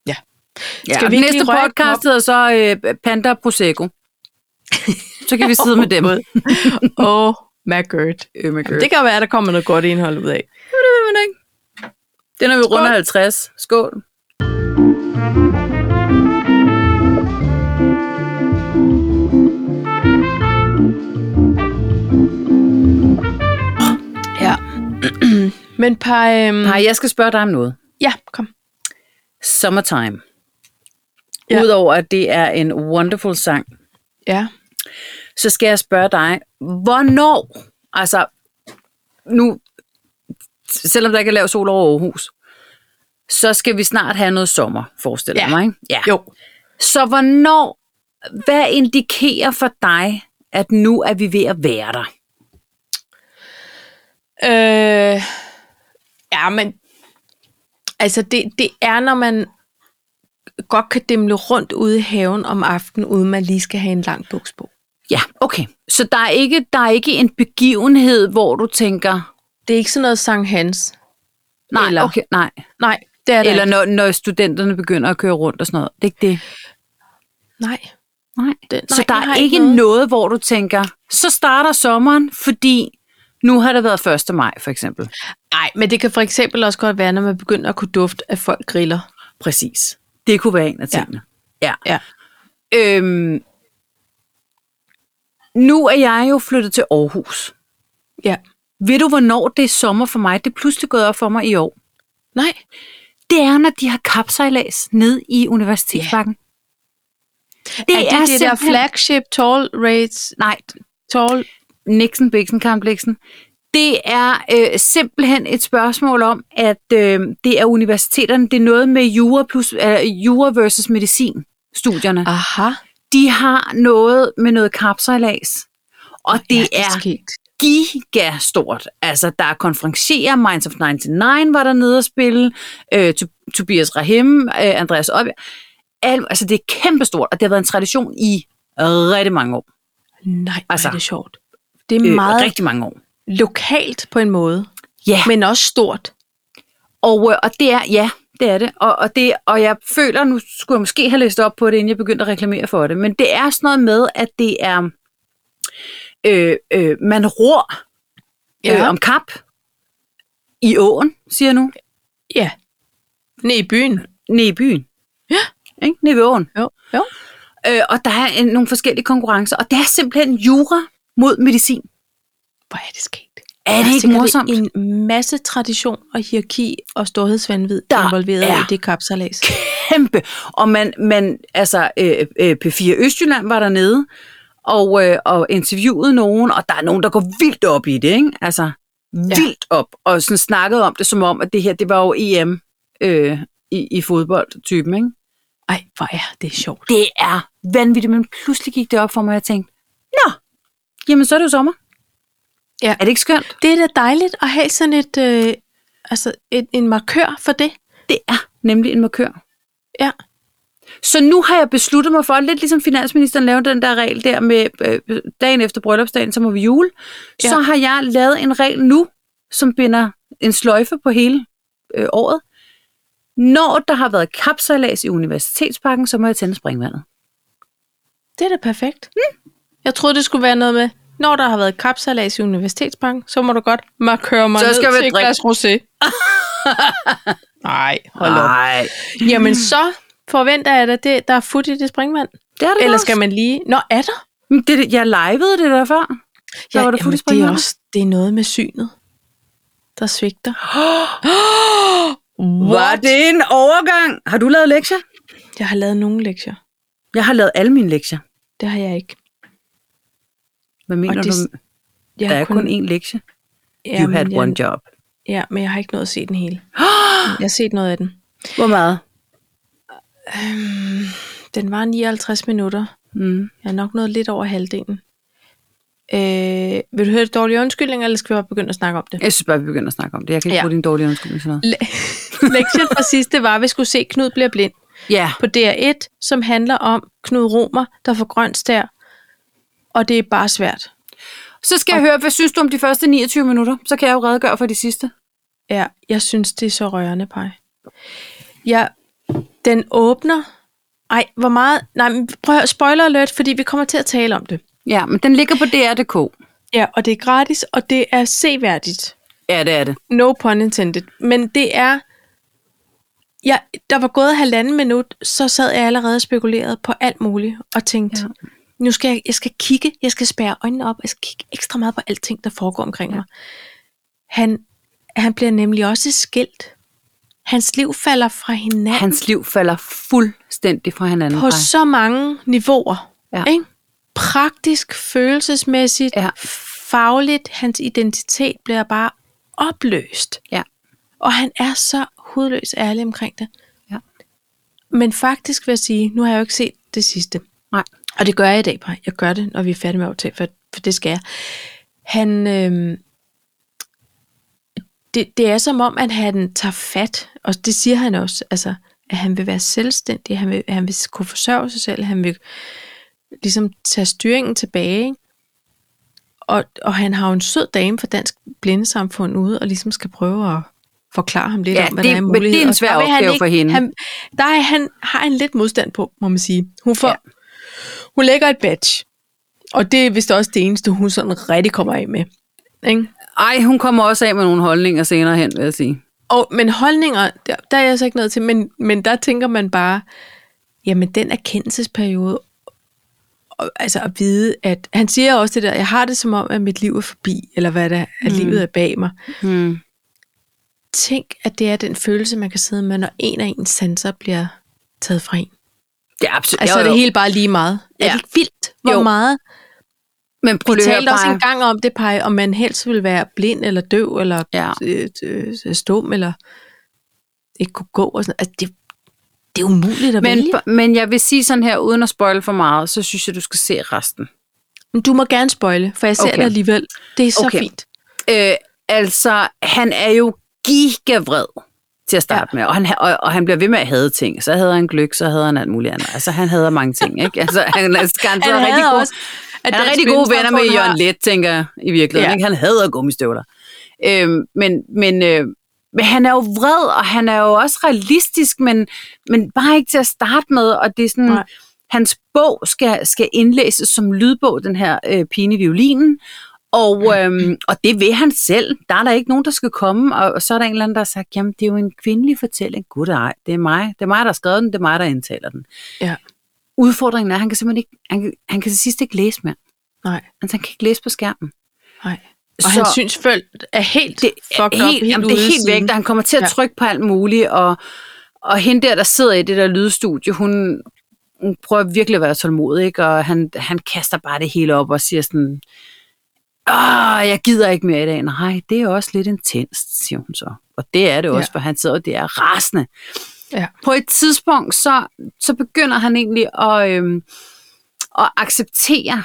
[SPEAKER 2] Ja,
[SPEAKER 1] Skal
[SPEAKER 2] Skal
[SPEAKER 1] vi
[SPEAKER 2] vi
[SPEAKER 1] ikke
[SPEAKER 2] næste
[SPEAKER 1] lige røre
[SPEAKER 2] podcast hedder så øh, Panda Prosecco. Så kan vi sidde med [LAUGHS] dem.
[SPEAKER 1] oh my god.
[SPEAKER 2] Oh my
[SPEAKER 1] Det kan være, at der kommer noget godt indhold ud af.
[SPEAKER 2] det ved man ikke. Det er, når vi runder 50. Skål.
[SPEAKER 1] Ja. [CLEARS THROAT] men par, øhm,
[SPEAKER 2] Nej, jeg skal spørge dig om noget.
[SPEAKER 1] ja, kom.
[SPEAKER 2] Summertime.
[SPEAKER 1] Ja.
[SPEAKER 2] Ja. Udover at det er en wonderful sang,
[SPEAKER 1] Ja.
[SPEAKER 2] så skal jeg spørge dig, hvornår, altså nu, selvom der ikke er lav sol over Aarhus, så skal vi snart have noget sommer, forestiller
[SPEAKER 1] Ja.
[SPEAKER 2] jeg mig. Ikke? Ja.
[SPEAKER 1] Jo.
[SPEAKER 2] Så hvornår, hvad indikerer for dig, at nu er vi ved at være der?
[SPEAKER 1] Øh, ja, men altså det, det er, når man godt kan dimle rundt ude i haven om aftenen, uden man lige skal have en lang buks på.
[SPEAKER 2] Ja, okay. Så der er ikke, der er ikke en begivenhed, hvor du tænker,
[SPEAKER 1] Det er ikke sådan noget Sankt Hans. Eller-
[SPEAKER 2] nej, eller, okay, nej.
[SPEAKER 1] Nej, det er det
[SPEAKER 2] Eller
[SPEAKER 1] ikke.
[SPEAKER 2] når, når studenterne begynder at køre rundt og sådan noget. Det er ikke det.
[SPEAKER 1] Nej.
[SPEAKER 2] Nej.
[SPEAKER 1] Det, nej
[SPEAKER 2] så der
[SPEAKER 1] jeg har
[SPEAKER 2] er ikke noget. noget, hvor du tænker, så starter sommeren, fordi nu har det været 1. maj, for eksempel.
[SPEAKER 1] Nej, men det kan for eksempel også godt være, når man begynder at kunne dufte, at folk griller.
[SPEAKER 2] Præcis. Det kunne være en af
[SPEAKER 1] Ja.
[SPEAKER 2] tingene. Ja.
[SPEAKER 1] Ja.
[SPEAKER 2] Øhm, nu er jeg jo flyttet til Aarhus.
[SPEAKER 1] Ja.
[SPEAKER 2] Ved du, hvornår det er sommer for mig? Det er pludselig gået op for mig i år.
[SPEAKER 1] Nej.
[SPEAKER 2] det er, når de har kapsejlads ned i Universitetsbakken. Yeah.
[SPEAKER 1] Det er, det, det der flagship tall rates,
[SPEAKER 2] Nej,
[SPEAKER 1] tall...
[SPEAKER 2] Nixon, Bixen, Kamp, Blixen. Det er øh, simpelthen et spørgsmål om, at øh, det er universiteterne, det er noget med jura, plus, øh, jura versus medicin studierne. Ah.
[SPEAKER 1] Aha.
[SPEAKER 2] De har noget med noget kapsejlads. Og det
[SPEAKER 1] Ja,
[SPEAKER 2] er
[SPEAKER 1] skægt.
[SPEAKER 2] gigastort. Altså, der er konferencierer, Minds of 99 var der nede at spille, øh, Tu- Tobias Rahim, øh, Andreas Oppia. Al, altså, det er kæmpestort, og det har været en tradition i rigtig mange år.
[SPEAKER 1] Nej, altså,
[SPEAKER 2] Altså,
[SPEAKER 1] er det sjovt. Det er
[SPEAKER 2] Øh,
[SPEAKER 1] meget
[SPEAKER 2] Rigtig mange år.
[SPEAKER 1] lokalt på en måde,
[SPEAKER 2] Ja, Men,
[SPEAKER 1] men også stort.
[SPEAKER 2] og, øh, og det er, ja, det er det. Og, og det. og jeg føler, nu skulle jeg måske have læst op på det, inden jeg begyndte at reklamere for det, men det er sådan noget med, at det er, øh, øh, man ror øh,
[SPEAKER 1] Ja.
[SPEAKER 2] om kap i åen, siger jeg nu.
[SPEAKER 1] Ja. Nede i byen.
[SPEAKER 2] nede i byen.
[SPEAKER 1] Ja.
[SPEAKER 2] Ikke? Nede ved åen.
[SPEAKER 1] Jo. jo.
[SPEAKER 2] Øh, og der er en, nogle forskellige konkurrencer, og det er simpelthen jura mod medicin.
[SPEAKER 1] Hvor er det sket?
[SPEAKER 2] Er det ikke morsomt? En...
[SPEAKER 1] en masse tradition og hierarki og storhedsvandvid der
[SPEAKER 2] Der
[SPEAKER 1] involveret
[SPEAKER 2] er
[SPEAKER 1] i det kapsalas.
[SPEAKER 2] Kæmpe. Og man, man altså, øh, øh, P4 Østjylland var dernede, og, øh, og interviewede nogen, og der er nogen, der går vildt op i det, ikke? Altså, vildt op, og sådan snakkede om det, som om, at det her, det var jo EM øh, i, i fodbold-typen, ikke?
[SPEAKER 1] Ej, hvor er det sjovt.
[SPEAKER 2] Det er vanvittigt, men pludselig gik det op for mig, og jeg tænkte, nå, jamen så er det jo sommer.
[SPEAKER 1] Ja.
[SPEAKER 2] Er det ikke skønt?
[SPEAKER 1] Det er da dejligt at have sådan et, øh, altså et, en markør for det.
[SPEAKER 2] Det er nemlig en markør.
[SPEAKER 1] Ja.
[SPEAKER 2] Så nu har jeg besluttet mig for, lidt ligesom finansministeren lavede den der regel der med øh, dagen efter bryllupsdagen, så må vi jule. Ja. Så
[SPEAKER 1] Ja.
[SPEAKER 2] har jeg lavet en regel nu, som binder en sløjfe på hele øh, året. Når der har været kapsejlads i Universitetsparken, så må jeg tænde springvandet.
[SPEAKER 1] Det er da perfekt. Mm. Jeg troede, det skulle være noget med, når der har været kapsalas i Universitetsbanken, så må du godt markøre mig
[SPEAKER 2] Så
[SPEAKER 1] ned
[SPEAKER 2] skal vi
[SPEAKER 1] til et
[SPEAKER 2] drikke.
[SPEAKER 1] glas [LAUGHS] rosé. Nej, hold op.
[SPEAKER 2] Nej,
[SPEAKER 1] Jamen så forventer jeg da, det, der er fut i det springvand.
[SPEAKER 2] det er det
[SPEAKER 1] Eller
[SPEAKER 2] også.
[SPEAKER 1] skal man lige... Nå, er der?
[SPEAKER 2] Men Det, jeg lejede det der før. Der var der fuld
[SPEAKER 1] det, er
[SPEAKER 2] springvand.
[SPEAKER 1] også, det er noget med synet, der svigter.
[SPEAKER 2] Var det en overgang? Har du lavet lektier?
[SPEAKER 1] Jeg har lavet nogle lektier.
[SPEAKER 2] Jeg har lavet alle mine lektier.
[SPEAKER 1] Det har jeg ikke.
[SPEAKER 2] Hvad mener
[SPEAKER 1] Og
[SPEAKER 2] det,
[SPEAKER 1] det-
[SPEAKER 2] du?
[SPEAKER 1] Jeg
[SPEAKER 2] Der
[SPEAKER 1] har
[SPEAKER 2] er kun én lektie. You
[SPEAKER 1] Jamen,
[SPEAKER 2] had
[SPEAKER 1] jeg-
[SPEAKER 2] one job.
[SPEAKER 1] Ja, men jeg har ikke nået at se den
[SPEAKER 2] [GASPS]
[SPEAKER 1] hele. Jeg har set noget af den.
[SPEAKER 2] Hvor meget?
[SPEAKER 1] Den var 59 minutter.
[SPEAKER 2] Mm.
[SPEAKER 1] Jeg er nok nået lidt over halvdelen. Øh, vil du høre det dårlige undskyldninger, eller skal vi bare begynde at snakke om det?
[SPEAKER 2] Jeg synes bare, vi begynder at snakke om det. Jeg kan ikke ja.
[SPEAKER 1] Ja.
[SPEAKER 2] bruge din dårlige undskyldning til noget.
[SPEAKER 1] [LAUGHS] Le- Lektien fra sidste var, at vi skulle se Knud bliver blind
[SPEAKER 2] Ja,
[SPEAKER 1] på DR1, som handler om Knud Romer, der får grøn stær. Og det er bare svært.
[SPEAKER 2] så skal jeg høre, hvad synes du om de første 29 minutter? Så kan jeg jo redegøre for de sidste.
[SPEAKER 1] Ja, jeg synes, det er så rørende, Paj. Ja, den åbner... Ej, hvor meget... Nej, men prøv at høre, spoiler alert, fordi vi kommer til at tale om det.
[SPEAKER 2] Ja, men den ligger på DR.dk.
[SPEAKER 1] Ja, og det er gratis, og det er seværdigt.
[SPEAKER 2] Ja, det er det.
[SPEAKER 1] No pun intended. Men det er... Ja, der var gået halvanden minut, så sad jeg allerede og spekulerede på alt muligt, og tænkte, ja. nu skal jeg, jeg skal kigge, jeg skal spære øjnene op, jeg skal kigge ekstra meget på alting, der foregår omkring ja. mig. Han, han bliver nemlig også skilt. Hans liv falder fra hinanden
[SPEAKER 2] Hans liv falder fuldstændig fra hinanden.
[SPEAKER 1] på
[SPEAKER 2] Paj.
[SPEAKER 1] så mange niveauer.
[SPEAKER 2] Ja.
[SPEAKER 1] Ikke? Praktisk, følelsesmæssigt,
[SPEAKER 2] Ja.
[SPEAKER 1] fagligt. Hans identitet bliver bare opløst.
[SPEAKER 2] Ja.
[SPEAKER 1] Og han er så hudløs ærlig omkring det.
[SPEAKER 2] Ja.
[SPEAKER 1] Men faktisk vil jeg sige, nu har jeg jo ikke set det sidste.
[SPEAKER 2] Nej.
[SPEAKER 1] Og det gør jeg i dag, Paj. Jeg gør det, når vi er færdige med optag, for, for det skal jeg. Han, øh, det, det er som om, at han tager fat, og det siger han også, altså, at han vil være selvstændig, han vil, han vil kunne forsørge sig selv, han vil ligesom tage styringen tilbage. Ikke? Og, og han har jo en sød dame fra Dansk Blindesamfund ude, og ligesom skal prøve at forklare ham lidt
[SPEAKER 2] Ja,
[SPEAKER 1] om, hvad
[SPEAKER 2] det-
[SPEAKER 1] der er af
[SPEAKER 2] men det er en
[SPEAKER 1] muligheder. Og
[SPEAKER 2] svær
[SPEAKER 1] der vil han
[SPEAKER 2] opgave
[SPEAKER 1] ikke-
[SPEAKER 2] for hende.
[SPEAKER 1] Han, der er, han, har han lidt modstand på, må man sige. Hun, får,
[SPEAKER 2] Ja.
[SPEAKER 1] ja. hun lægger et badge, og det er vist også det eneste, hun sådan rigtig kommer af med. Ikke?
[SPEAKER 2] Ej, hun kommer også af med nogle holdninger senere hen, vil jeg sige.
[SPEAKER 1] Og, men holdninger, der, der er jeg så ikke noget til, men, men der tænker man bare, jamen den erkendelsesperiode, og, altså at vide, at han siger også det der, jeg har det som om, at mit liv er forbi, eller hvad det er,
[SPEAKER 2] Mm.
[SPEAKER 1] at livet er bag mig.
[SPEAKER 2] Hmm.
[SPEAKER 1] Tænk, at det er den følelse, man kan sidde med, når en af ens sanser bliver taget fra en.
[SPEAKER 2] Det er absolut.
[SPEAKER 1] Altså
[SPEAKER 2] jo,
[SPEAKER 1] er
[SPEAKER 2] jo.
[SPEAKER 1] det hele bare lige meget. Ja. Er
[SPEAKER 2] Ja.
[SPEAKER 1] det ikke vildt, hvor
[SPEAKER 2] Jo.
[SPEAKER 1] jo. meget?
[SPEAKER 2] Men prøv
[SPEAKER 1] Vi
[SPEAKER 2] lige at
[SPEAKER 1] talte
[SPEAKER 2] høre,
[SPEAKER 1] også
[SPEAKER 2] Paj.
[SPEAKER 1] engang om det, Paj, om man helst ville være blind, eller døv, eller
[SPEAKER 2] Ja.
[SPEAKER 1] ja. øh, øh, stum, eller ikke kunne gå. Og sådan. Altså, det, det er umuligt at men, vælge.
[SPEAKER 2] Men, men jeg vil sige sådan her, uden at spoil for meget, så synes jeg, du skal se resten.
[SPEAKER 1] Men du må gerne spoile, for jeg ser
[SPEAKER 2] Okay.
[SPEAKER 1] okay. det alligevel. Det er så
[SPEAKER 2] Okay.
[SPEAKER 1] okay. fint.
[SPEAKER 2] Øh, altså, han er jo gigavred til at starte ja. med, og han, ha- og, og han bliver ved med at have ting. Så havde han gløk, så havde han alt muligt andet. Altså, han hader mange ting, ikke? Altså, han er garanteret
[SPEAKER 1] Han
[SPEAKER 2] rigtig
[SPEAKER 1] havde
[SPEAKER 2] god.
[SPEAKER 1] også,
[SPEAKER 2] At han er
[SPEAKER 1] Dansk
[SPEAKER 2] rigtig gode venner med
[SPEAKER 1] Blindesamfund
[SPEAKER 2] Jørgen
[SPEAKER 1] har-
[SPEAKER 2] Let, tænker jeg, i virkeligheden. Ja.
[SPEAKER 1] Ja.
[SPEAKER 2] Ikke? Han hader gummistøvler. Øhm, men, men, øh, men han er jo vred, og han er jo også realistisk, men, men bare ikke til at starte med. Og det er sådan, Nej.
[SPEAKER 1] Nej.
[SPEAKER 2] hans bog skal, skal indlæses som lydbog, den her øh, pine violinen. Og, øhm, og det vil han selv. Der er der ikke nogen, der skal komme. Og, og så er der en eller anden, der har sagt, jamen det er jo en kvindelig fortælling. Gud ej, det er mig. Det er mig, der har skrevet den. Det er mig, der indtaler den.
[SPEAKER 1] Ja,
[SPEAKER 2] Udfordringen er, at han kan simpelthen ikke, han, kan- han kan til sidst ikke læse mere.
[SPEAKER 1] nej,
[SPEAKER 2] Altså, han kan ikke læse på skærmen.
[SPEAKER 1] nej. Og så, hans synsfølg er helt
[SPEAKER 2] det er
[SPEAKER 1] fucked
[SPEAKER 2] helt,
[SPEAKER 1] up, helt
[SPEAKER 2] jamen,
[SPEAKER 1] ude
[SPEAKER 2] det er helt
[SPEAKER 1] siden.
[SPEAKER 2] væk, da han kommer til at
[SPEAKER 1] Ja.
[SPEAKER 2] trykke på alt muligt, og, og hende der, der sidder i det der lydstudie, hun, hun prøver virkelig at være tålmodig, ikke? og han, han kaster bare det hele op og siger sådan, Åh, jeg gider ikke mere i dag. Nej, det er også lidt intenst, siger hun så. Og det er det også, ja.
[SPEAKER 1] Ja.
[SPEAKER 2] for han sidder, og det er rasende
[SPEAKER 1] Ja.
[SPEAKER 2] på et tidspunkt, så, så begynder han egentlig at, øhm, at acceptere,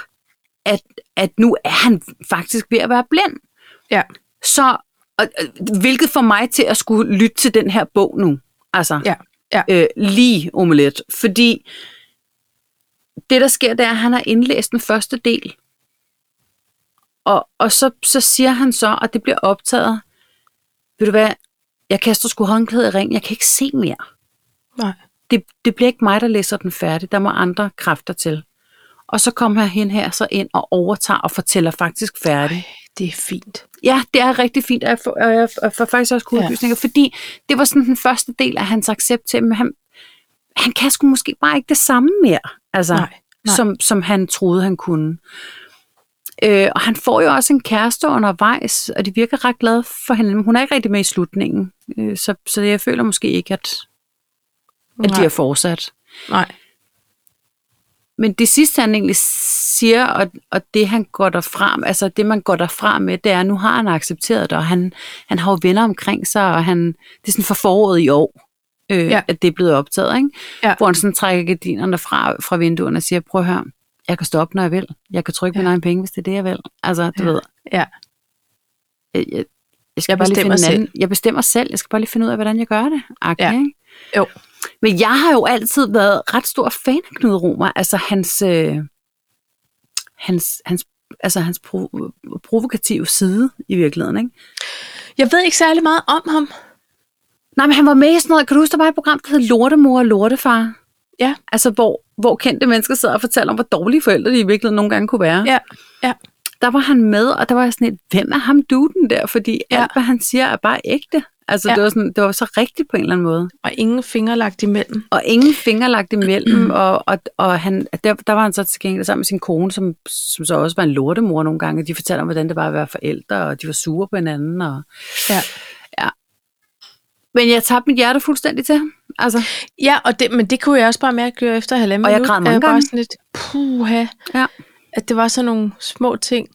[SPEAKER 2] at, at nu er han faktisk ved at være blind.
[SPEAKER 1] Ja.
[SPEAKER 2] Så, og, og- hvilket får mig til at skulle lytte til den her bog nu. Altså,
[SPEAKER 1] Ja. Ja.
[SPEAKER 2] øh, lige omelet. Fordi det, der sker, det er, at han har indlæst den første del. Og, og så, så siger han så, og det bliver optaget, ved du hvad, jeg kaster sgu håndklædet i ringen, jeg kan ikke se mere
[SPEAKER 1] Nej.
[SPEAKER 2] det, det bliver ikke mig, der læser den færdig. Der må andre kræfter til. Og så kommer jeg hen her så ind og overtager og fortæller faktisk færdig.
[SPEAKER 1] Det er fint.
[SPEAKER 2] Ja, det er rigtig fint, og jeg får, og jeg får faktisk også gode
[SPEAKER 1] Ja.
[SPEAKER 2] oplysninger, fordi det var sådan den første del af hans accept til, men han, han kan sgu måske bare ikke det samme mere, altså,
[SPEAKER 1] Nej, nej.
[SPEAKER 2] Som, som han troede, han kunne. Øh, og han får jo også en kæreste undervejs, og de virker ret glade for hende. Hun er ikke rigtig med i slutningen, øh, så, så jeg føler måske ikke, at, at de
[SPEAKER 1] Nej.
[SPEAKER 2] har fortsat.
[SPEAKER 1] Nej.
[SPEAKER 2] Men det sidste, han egentlig siger, og, og det han går derfra, altså det man går derfra med, det er, at nu har han accepteret det, og han, han har jo venner omkring sig, og han, det er sådan for foråret i år, øh,
[SPEAKER 1] Ja.
[SPEAKER 2] ja. at det er blevet optaget, ikke?
[SPEAKER 1] Ja.
[SPEAKER 2] hvor han sådan trækker gardinerne fra, fra vinduerne og siger, prøv at høre, jeg kan stoppe, når jeg vil. Jeg kan trykke ja. mine egne penge, hvis det er det, jeg vil. Altså, du
[SPEAKER 1] Ja.
[SPEAKER 2] ja. ved,
[SPEAKER 1] Ja.
[SPEAKER 2] jeg, jeg, jeg skal
[SPEAKER 1] Jeg
[SPEAKER 2] jeg bare lige
[SPEAKER 1] bestemmer
[SPEAKER 2] finde selv.
[SPEAKER 1] selv.
[SPEAKER 2] Anden, jeg bestemmer selv. Jeg skal bare lige finde ud af, hvordan jeg gør det. Okay,
[SPEAKER 1] Ja.
[SPEAKER 2] ikke?
[SPEAKER 1] Jo.
[SPEAKER 2] Men jeg har jo altid været ret stor fan af Knud Romer. Altså hans, øh, hans, hans, altså hans pro- provokative side i virkeligheden. Ikke?
[SPEAKER 1] Jeg ved ikke særlig meget om ham.
[SPEAKER 2] Nej, men han var med i sådan noget. Kan du huske, der var et program, der hed Lortemor og Lortefar?
[SPEAKER 1] Ja.
[SPEAKER 2] Altså, hvor, hvor kendte mennesker sidder og fortæller om, hvor dårlige forældre de i virkeligheden nogle gange kunne være.
[SPEAKER 1] Ja. Ja.
[SPEAKER 2] Der var han med, og der var jeg sådan et, hvem er ham duden der? Fordi
[SPEAKER 1] Ja.
[SPEAKER 2] ja. alt, hvad han siger, er bare ægte. Altså,
[SPEAKER 1] Ja.
[SPEAKER 2] ja. det, var sådan, det var så rigtigt på en eller anden måde.
[SPEAKER 1] Og ingen fingre lagt imellem.
[SPEAKER 2] og ingen fingre
[SPEAKER 1] [CLEARS THROAT]
[SPEAKER 2] lagt imellem, og, og, og han, der, der var han så til gengæld sammen med sin kone, som, som så også var en lortemor nogle gange, og de fortalte om, hvordan det var at være forældre, og de var sure på hinanden. Og...
[SPEAKER 1] Ja.
[SPEAKER 2] Men jeg tabte mit hjerte fuldstændig til ham. Altså,
[SPEAKER 1] Ja, og det, men det kunne jeg også bare mærke øh, efter halvanden
[SPEAKER 2] Og jeg
[SPEAKER 1] minut,
[SPEAKER 2] græd
[SPEAKER 1] at
[SPEAKER 2] mange
[SPEAKER 1] jeg bare
[SPEAKER 2] gange.
[SPEAKER 1] sådan lidt, puha,
[SPEAKER 2] Ja.
[SPEAKER 1] at det var sådan nogle små ting.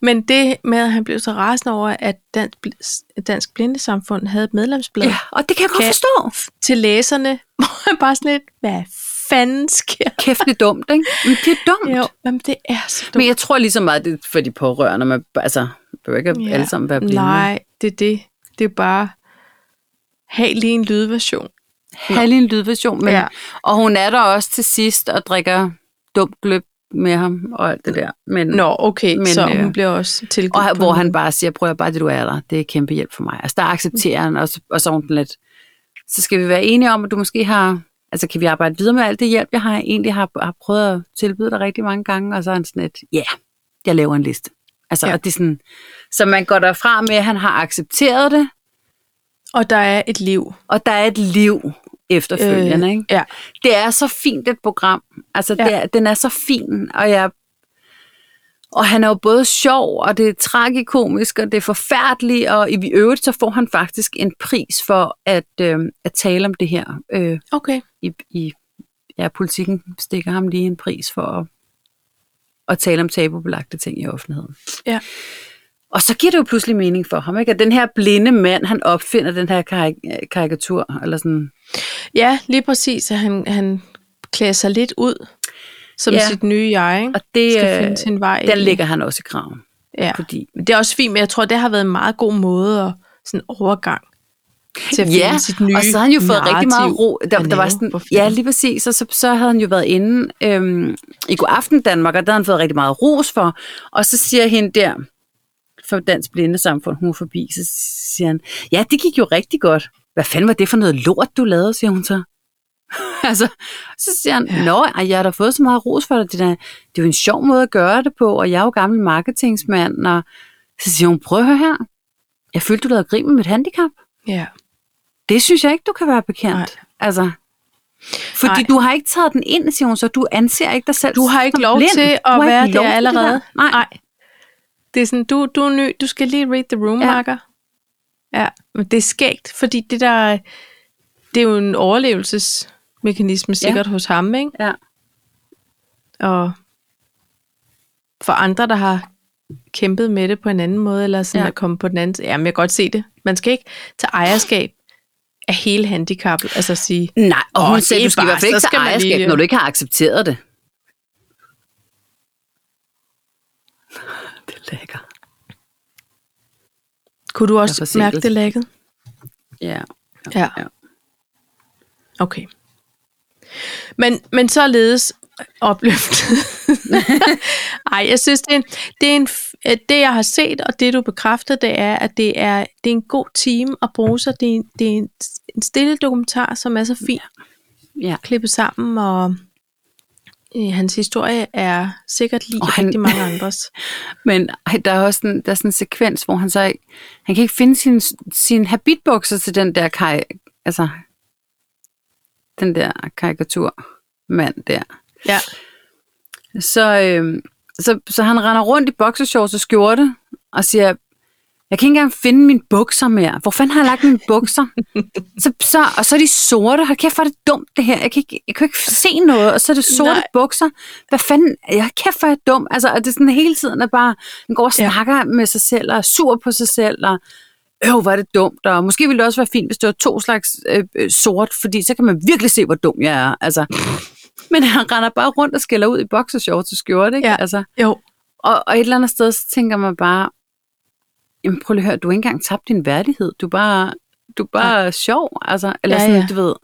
[SPEAKER 1] Men det med, at han blev så rasende over, at Dansk, Bl- Dansk Blindesamfund havde et medlemsblad ja.
[SPEAKER 2] ja, og det kan jeg godt
[SPEAKER 1] Kan-
[SPEAKER 2] forstå.
[SPEAKER 1] til læserne, [LAUGHS] hvor han bare sådan lidt, hvad fanden sker
[SPEAKER 2] Kæft, det er dumt, ikke? Men det er dumt.
[SPEAKER 1] der? Jo, jamen det er så dumt.
[SPEAKER 2] Men jeg tror lige så meget, det er for de pårørende. Man, altså, behøver ikke
[SPEAKER 1] Ja.
[SPEAKER 2] ja. alle sammen være blinde.
[SPEAKER 1] Nej, det er det. Det er bare, have lige en lydversion.
[SPEAKER 2] Have lige en lydversion. Men,
[SPEAKER 1] Ja.
[SPEAKER 2] ja. Og hun er der også til sidst og drikker dumt gløb med ham og alt det der. Men,
[SPEAKER 1] Nå, okay, men,
[SPEAKER 2] Men,
[SPEAKER 1] så
[SPEAKER 2] øh,
[SPEAKER 1] hun bliver også tilgivet.
[SPEAKER 2] Og her,
[SPEAKER 1] på
[SPEAKER 2] hvor
[SPEAKER 1] en
[SPEAKER 2] han
[SPEAKER 1] måde.
[SPEAKER 2] bare siger, prøv at bare det, du er der. Det er kæmpe hjælp for mig. Altså, der accepterer han, og så, og så er hun den lidt. Så skal vi være enige om, at du måske har... Altså, kan vi arbejde videre med alt det hjælp, jeg har, egentlig har, har prøvet at tilbyde dig rigtig mange gange? Og så er han sådan lidt, ja, yeah, jeg laver en liste. Altså,
[SPEAKER 1] Ja.
[SPEAKER 2] ja. og det er sådan... Så man går derfra med, at han har accepteret det,
[SPEAKER 1] Og der er et liv.
[SPEAKER 2] og der er et liv efterfølgende, øh. ikke?
[SPEAKER 1] Ja,
[SPEAKER 2] det er så fint et program. Altså,
[SPEAKER 1] Ja.
[SPEAKER 2] ja. det er, den er så fin, og jeg... Og han er jo både sjov, og det er tragikomisk, og det er forfærdeligt, og i øvrigt så får han faktisk en pris for at, øh, at tale om det her. Øh,
[SPEAKER 1] okay.
[SPEAKER 2] i, i, ja, politikken stikker ham lige en pris for at, at tale om tabubelagte ting i offentligheden.
[SPEAKER 1] Ja.
[SPEAKER 2] Og så giver det jo pludselig mening for ham, ikke? At den her blinde mand, han opfinder den her karik- karikatur, eller sådan
[SPEAKER 1] Ja, lige præcis, at han, han klæder sig lidt ud som ja.
[SPEAKER 2] Ja.
[SPEAKER 1] sit nye jeg, ikke?
[SPEAKER 2] Og det,
[SPEAKER 1] skal
[SPEAKER 2] øh,
[SPEAKER 1] finde sin vej.
[SPEAKER 2] Den
[SPEAKER 1] i.
[SPEAKER 2] ligger han også i graven.
[SPEAKER 1] Ja.
[SPEAKER 2] Fordi,
[SPEAKER 1] Men det er også fint, men jeg tror, det har været en meget god måde at sådan overgang til at
[SPEAKER 2] ja,
[SPEAKER 1] finde sit nye
[SPEAKER 2] og så har han jo fået
[SPEAKER 1] narrativ
[SPEAKER 2] rigtig meget ro. Der,
[SPEAKER 1] at
[SPEAKER 2] der var
[SPEAKER 1] lave
[SPEAKER 2] sådan,
[SPEAKER 1] på film.
[SPEAKER 2] ja, lige præcis. Og så, så havde han jo været inde øhm, i God Aften Danmark, og der havde han fået rigtig meget ros for. Og så siger hende der, for Dansk Blindesamfund, hun er forbi, så siger han, ja, det gik jo rigtig godt. Hvad fanden var det for noget lort, du lavede, siger hun så. [LAUGHS] altså, så siger han, ja. nå, ej, jeg har da fået så meget ros for dig, det, der, det er jo en sjov måde at gøre det på, og jeg er jo gammel marketingsmand, og så siger hun, prøv at høre her, jeg følte, du lavede grin med mit handicap.
[SPEAKER 1] Ja.
[SPEAKER 2] Det synes jeg ikke, du kan være bekendt.
[SPEAKER 1] Nej.
[SPEAKER 2] Nej. Altså, fordi
[SPEAKER 1] Nej.
[SPEAKER 2] Nej. du har ikke taget den ind, siger hun, så du anser ikke dig selv
[SPEAKER 1] Du har ikke
[SPEAKER 2] som
[SPEAKER 1] lov
[SPEAKER 2] blind.
[SPEAKER 1] til
[SPEAKER 2] Du har
[SPEAKER 1] at være
[SPEAKER 2] ikke lov til
[SPEAKER 1] der allerede.
[SPEAKER 2] der. Nej.
[SPEAKER 1] Nej. Det er sådan, du, du er ny, du skal lige read the room, ja.
[SPEAKER 2] Ja.
[SPEAKER 1] Marker. Ja, men det er skægt, fordi det der, det er jo en overlevelsesmekanisme sikkert ja. hos ham, ikke?
[SPEAKER 2] Ja.
[SPEAKER 1] og for andre, der har kæmpet med det på en anden måde, eller sådan ja.
[SPEAKER 2] Ja.
[SPEAKER 1] at komme på den anden Ja, men jeg kan godt se det. Man skal ikke tage ejerskab af hele handicappet, altså at sige,
[SPEAKER 2] Nej, og
[SPEAKER 1] Åh,
[SPEAKER 2] hun
[SPEAKER 1] det
[SPEAKER 2] siger,
[SPEAKER 1] er
[SPEAKER 2] du skal i
[SPEAKER 1] bare-
[SPEAKER 2] hvert fald ikke
[SPEAKER 1] så skal
[SPEAKER 2] tage
[SPEAKER 1] man
[SPEAKER 2] ejerskab,
[SPEAKER 1] lige-
[SPEAKER 2] når du ikke har
[SPEAKER 1] [LAUGHS]
[SPEAKER 2] accepteret det. det er lækker.
[SPEAKER 1] Kunne du
[SPEAKER 2] er
[SPEAKER 1] også
[SPEAKER 2] forsinket.
[SPEAKER 1] mærke det lækket?
[SPEAKER 2] Ja.
[SPEAKER 1] Ja.
[SPEAKER 2] ja.
[SPEAKER 1] Okay. Men, men således [LAUGHS] opløftet. Ej, jeg synes, det er, en, det, er en, f- øh, det, jeg har set, og det, du bekræfter, det er, at det er, det er en god time at bruge sig. Det er, en- det er en, en stille dokumentar, som er så fint
[SPEAKER 2] ja.
[SPEAKER 1] klippet sammen, og øh, hans historie er sikkert lige
[SPEAKER 2] Og han-
[SPEAKER 1] rigtig mange
[SPEAKER 2] [LAUGHS]
[SPEAKER 1] andres.
[SPEAKER 2] Men ej, der er også sådan, der er sådan en sekvens, hvor han så ikke, han kan ikke finde sin, sin habitbukser til den der kaj, altså den der karikaturmand der.
[SPEAKER 1] Ja.
[SPEAKER 2] Så, øh, så, så han render rundt i boxershorts og skjorte og siger, jeg kan ikke engang finde mine bukser mere. Hvor fanden har jeg lagt mine
[SPEAKER 1] [LAUGHS]
[SPEAKER 2] bukser? så, så, og så er de sorte. Hold kæft, hvor er det dumt det her. Jeg kan ikke, jeg kan ikke se noget, og så er det sorte
[SPEAKER 1] Nej.
[SPEAKER 2] Nej. bukser. Hvad fanden? Jeg kæft, hvor er jeg dum. Altså, og det er sådan hele tiden, at bare, den går og
[SPEAKER 1] Ja.
[SPEAKER 2] snakker ja. med sig selv, og er sur på sig selv, og øv, hvor er det dumt. Og måske ville det også være fint, hvis det var to slags øh, øh, sort, fordi så kan man virkelig se, hvor dum jeg er.
[SPEAKER 1] [LAUGHS]
[SPEAKER 2] Altså, men han render bare rundt og skælder ud i boxershorts og skjorte, ikke?
[SPEAKER 1] Ja.
[SPEAKER 2] Altså,
[SPEAKER 1] Jo,
[SPEAKER 2] og, og et eller andet sted, så tænker man bare, jamen prøv lige at høre, du har ikke engang tabt din værdighed. Du er bare, du er bare sjov, altså. Eller
[SPEAKER 1] Ja,
[SPEAKER 2] ja, sådan,
[SPEAKER 1] ja.
[SPEAKER 2] ja. du ved,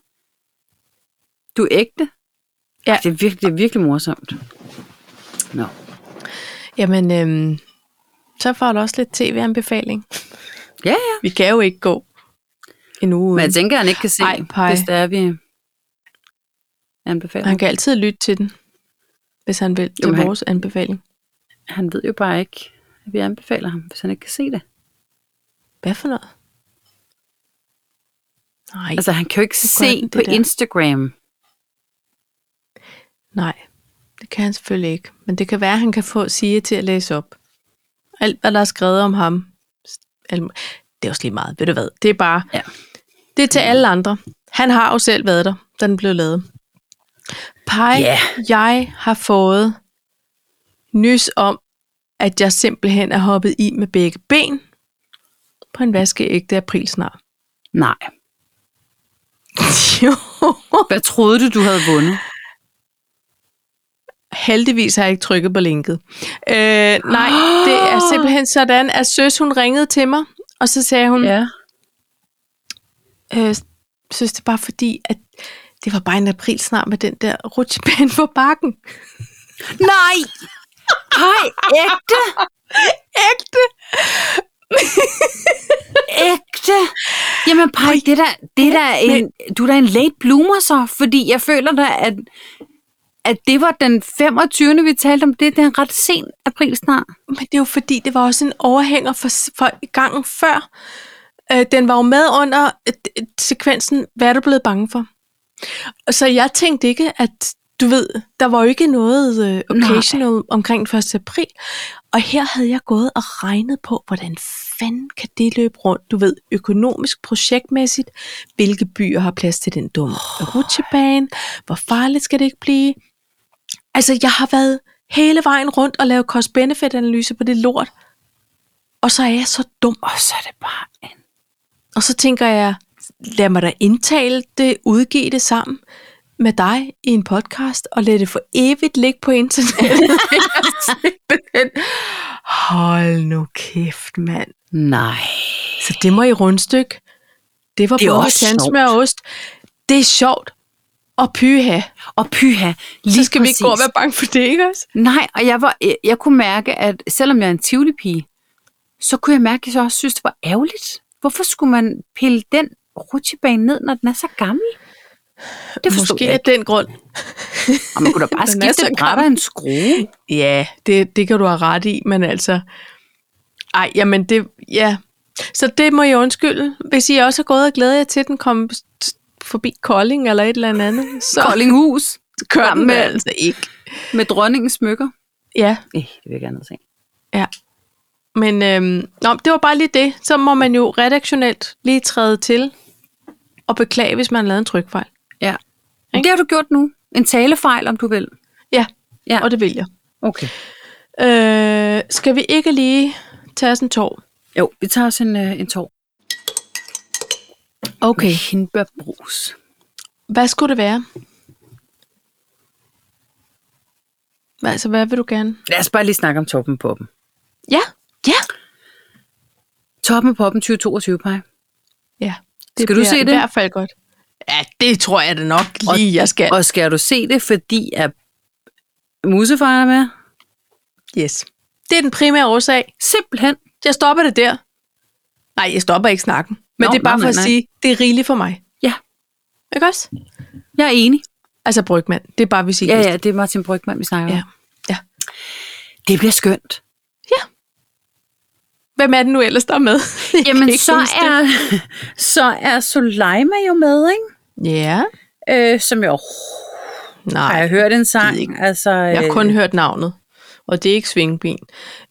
[SPEAKER 2] du er ægte.
[SPEAKER 1] Ja.
[SPEAKER 2] Ja. Det, er virkelig, det er virkelig morsomt. Nå.
[SPEAKER 1] jamen, øhm, så får du også lidt tv-anbefaling.
[SPEAKER 2] Ja, ja.
[SPEAKER 1] Vi kan jo ikke gå øhm. en uge
[SPEAKER 2] Men
[SPEAKER 1] uden.
[SPEAKER 2] jeg tænker, at han ikke kan se,
[SPEAKER 1] Ej, pej.
[SPEAKER 2] hvis det er, vi anbefaler.
[SPEAKER 1] Han
[SPEAKER 2] Han,
[SPEAKER 1] kan altid lytte til den, hvis han vil, til
[SPEAKER 2] Jamen, han-
[SPEAKER 1] vores anbefaling.
[SPEAKER 2] han ved jo bare ikke, at vi anbefaler ham, hvis han ikke kan se det.
[SPEAKER 1] Hvad for noget? Nej, altså,
[SPEAKER 2] Altså, han kan jo ikke
[SPEAKER 1] kunne
[SPEAKER 2] se
[SPEAKER 1] han, det
[SPEAKER 2] på
[SPEAKER 1] der.
[SPEAKER 2] der. Instagram.
[SPEAKER 1] nej. Det kan han selvfølgelig ikke. Men det kan være, at han kan få Sige til at læse op. Alt, hvad der er skrevet om ham. alt mu- Det er også lige meget, ved du hvad. Det er bare...
[SPEAKER 2] Ja.
[SPEAKER 1] Det er til alle andre. Han har jo selv været der, da den blev lavet. Pej,
[SPEAKER 2] Ja.
[SPEAKER 1] jeg har fået nys om, at jeg simpelthen er hoppet i med begge ben på en vaskeægte april snart. [LAUGHS]
[SPEAKER 2] Nej.
[SPEAKER 1] Jo.
[SPEAKER 2] [LAUGHS] Hvad troede du, du havde [LAUGHS] vundet?
[SPEAKER 1] Heldigvis har jeg ikke trykket på linket. Øh, nej, det er simpelthen sådan, at Søs hun ringede til mig, og så sagde hun, ja. øh, Søs, det er bare fordi, at det var bare en april snart med den der rutsjebane på bakken.
[SPEAKER 2] Nej! Hej, ægte,
[SPEAKER 1] Ægte!
[SPEAKER 2] [LAUGHS] ægte. Jamen, Paj, det der, det der en, du er da en late bloomer så, fordi jeg føler da, at, at det var den 25. vi talte om, det er den ret sen april snart.
[SPEAKER 1] Men det er jo fordi, det var også en overhænger for, for gangen før. Øh, den var jo med under øh, øh, sekvensen, hvad er du blevet bange for? Og Så jeg tænkte ikke, at du ved, der var jo ikke noget øh, occasional Nej. omkring den 1. april. Og her havde jeg gået og regnet på, hvordan fanden kan det løbe rundt, du ved, økonomisk, projektmæssigt, hvilke byer har plads til den dumme oh. rutsjebane, hvor farligt skal det ikke blive? Altså, jeg har været hele vejen rundt og lavet cost-benefit-analyse på det lort, og så er jeg så dum.
[SPEAKER 2] Og så er det bare en...
[SPEAKER 1] Og så tænker jeg, lad mig da indtale det, udgive det sammen med dig i en podcast, og lad det for evigt ligge på internettet.
[SPEAKER 2] [LAUGHS]
[SPEAKER 1] Simpelthen. Hold nu kæft, mand.
[SPEAKER 2] Nej.
[SPEAKER 1] Så det må i rundstykke. Det var
[SPEAKER 2] Det er
[SPEAKER 1] både
[SPEAKER 2] også
[SPEAKER 1] med med ost. Det er sjovt. Og pyha.
[SPEAKER 2] Og pyha, lige
[SPEAKER 1] Så skal vi ikke gå og
[SPEAKER 2] præcis.
[SPEAKER 1] være bange for det, ikke også?
[SPEAKER 2] Nej, og jeg, var, jeg, jeg kunne mærke, at selvom jeg er en tivoli-pige, så kunne jeg mærke, at jeg så også synes, det var ærgerligt. Hvorfor skulle man pille den rutsjebane ned, når den er så gammel? Det forstod
[SPEAKER 1] Måske
[SPEAKER 2] jeg
[SPEAKER 1] af
[SPEAKER 2] ikke.
[SPEAKER 1] den grund.
[SPEAKER 2] Og man kunne [LAUGHS] da bare
[SPEAKER 1] den er
[SPEAKER 2] skifte
[SPEAKER 1] så
[SPEAKER 2] et bræt og en [LAUGHS] skrue.
[SPEAKER 1] Ja, det, det kan du have ret i, men altså... Ej, jamen det... Ja. Så det må jeg undskylde. Hvis I også er gået og glæder jer til, at den kom s- forbi Kolding eller et eller andet, så
[SPEAKER 2] Koldinghus
[SPEAKER 1] kør den
[SPEAKER 2] Jamen,
[SPEAKER 1] altså ikke.
[SPEAKER 2] med dronningens smykker.
[SPEAKER 1] Ja,
[SPEAKER 2] Eh, det vil jeg gerne se.
[SPEAKER 1] ja. Men øhm, nå, det var bare lige det. Så må man jo redaktionelt lige træde til og beklage, hvis man lavede en trykfejl.
[SPEAKER 2] Ja. Det har du gjort nu. En talefejl, om du vil.
[SPEAKER 1] Ja,
[SPEAKER 2] Ja.
[SPEAKER 1] og det vil jeg.
[SPEAKER 2] Okay.
[SPEAKER 1] Øh, skal vi ikke lige tage os en tår?
[SPEAKER 2] Jo, vi tager os en, øh, en tår.
[SPEAKER 1] Okay.
[SPEAKER 2] Hindbærbrus.
[SPEAKER 1] Hvad skulle det være? Altså, hvad vil du gerne?
[SPEAKER 2] Lad os bare lige snakke om toppen på dem.
[SPEAKER 1] Ja, ja.
[SPEAKER 2] Top med poppen 2022, Paj.
[SPEAKER 1] Ja.
[SPEAKER 2] Skal du
[SPEAKER 1] bliver
[SPEAKER 2] se
[SPEAKER 1] i
[SPEAKER 2] det?
[SPEAKER 1] hvert fald godt. Ja, det tror jeg da nok lige, jeg skal.
[SPEAKER 2] Og skal du se det, fordi at musefar er med?
[SPEAKER 1] Yes. Det er den primære årsag.
[SPEAKER 2] Simpelthen.
[SPEAKER 1] Jeg stopper det der. Nej, jeg stopper ikke snakken. Men
[SPEAKER 2] Nå,
[SPEAKER 1] det er bare
[SPEAKER 2] nå,
[SPEAKER 1] for
[SPEAKER 2] nej,
[SPEAKER 1] at
[SPEAKER 2] nej.
[SPEAKER 1] sige, det er rigeligt for mig.
[SPEAKER 2] Ja.
[SPEAKER 1] Ikke også?
[SPEAKER 2] Jeg er enig.
[SPEAKER 1] Altså Brygman, det er bare, vi siger.
[SPEAKER 2] Ja, ja, det er Martin Brygman, vi snakker
[SPEAKER 1] Ja.
[SPEAKER 2] om.
[SPEAKER 1] ja.
[SPEAKER 2] Det bliver skønt.
[SPEAKER 1] Hvem er det nu ellers, der er med? [LAUGHS] Jeg kan
[SPEAKER 2] Jamen,
[SPEAKER 1] ikke
[SPEAKER 2] så
[SPEAKER 1] huske det.
[SPEAKER 2] er, [LAUGHS] så er Soleima jo med, ikke?
[SPEAKER 1] Ja.
[SPEAKER 2] Øh, som jo har
[SPEAKER 1] Nej,
[SPEAKER 2] jeg hørt en
[SPEAKER 1] ved
[SPEAKER 2] sang.
[SPEAKER 1] ikke.
[SPEAKER 2] Altså,
[SPEAKER 1] jeg har
[SPEAKER 2] øh,
[SPEAKER 1] kun hørt navnet. Og det er ikke Svingben.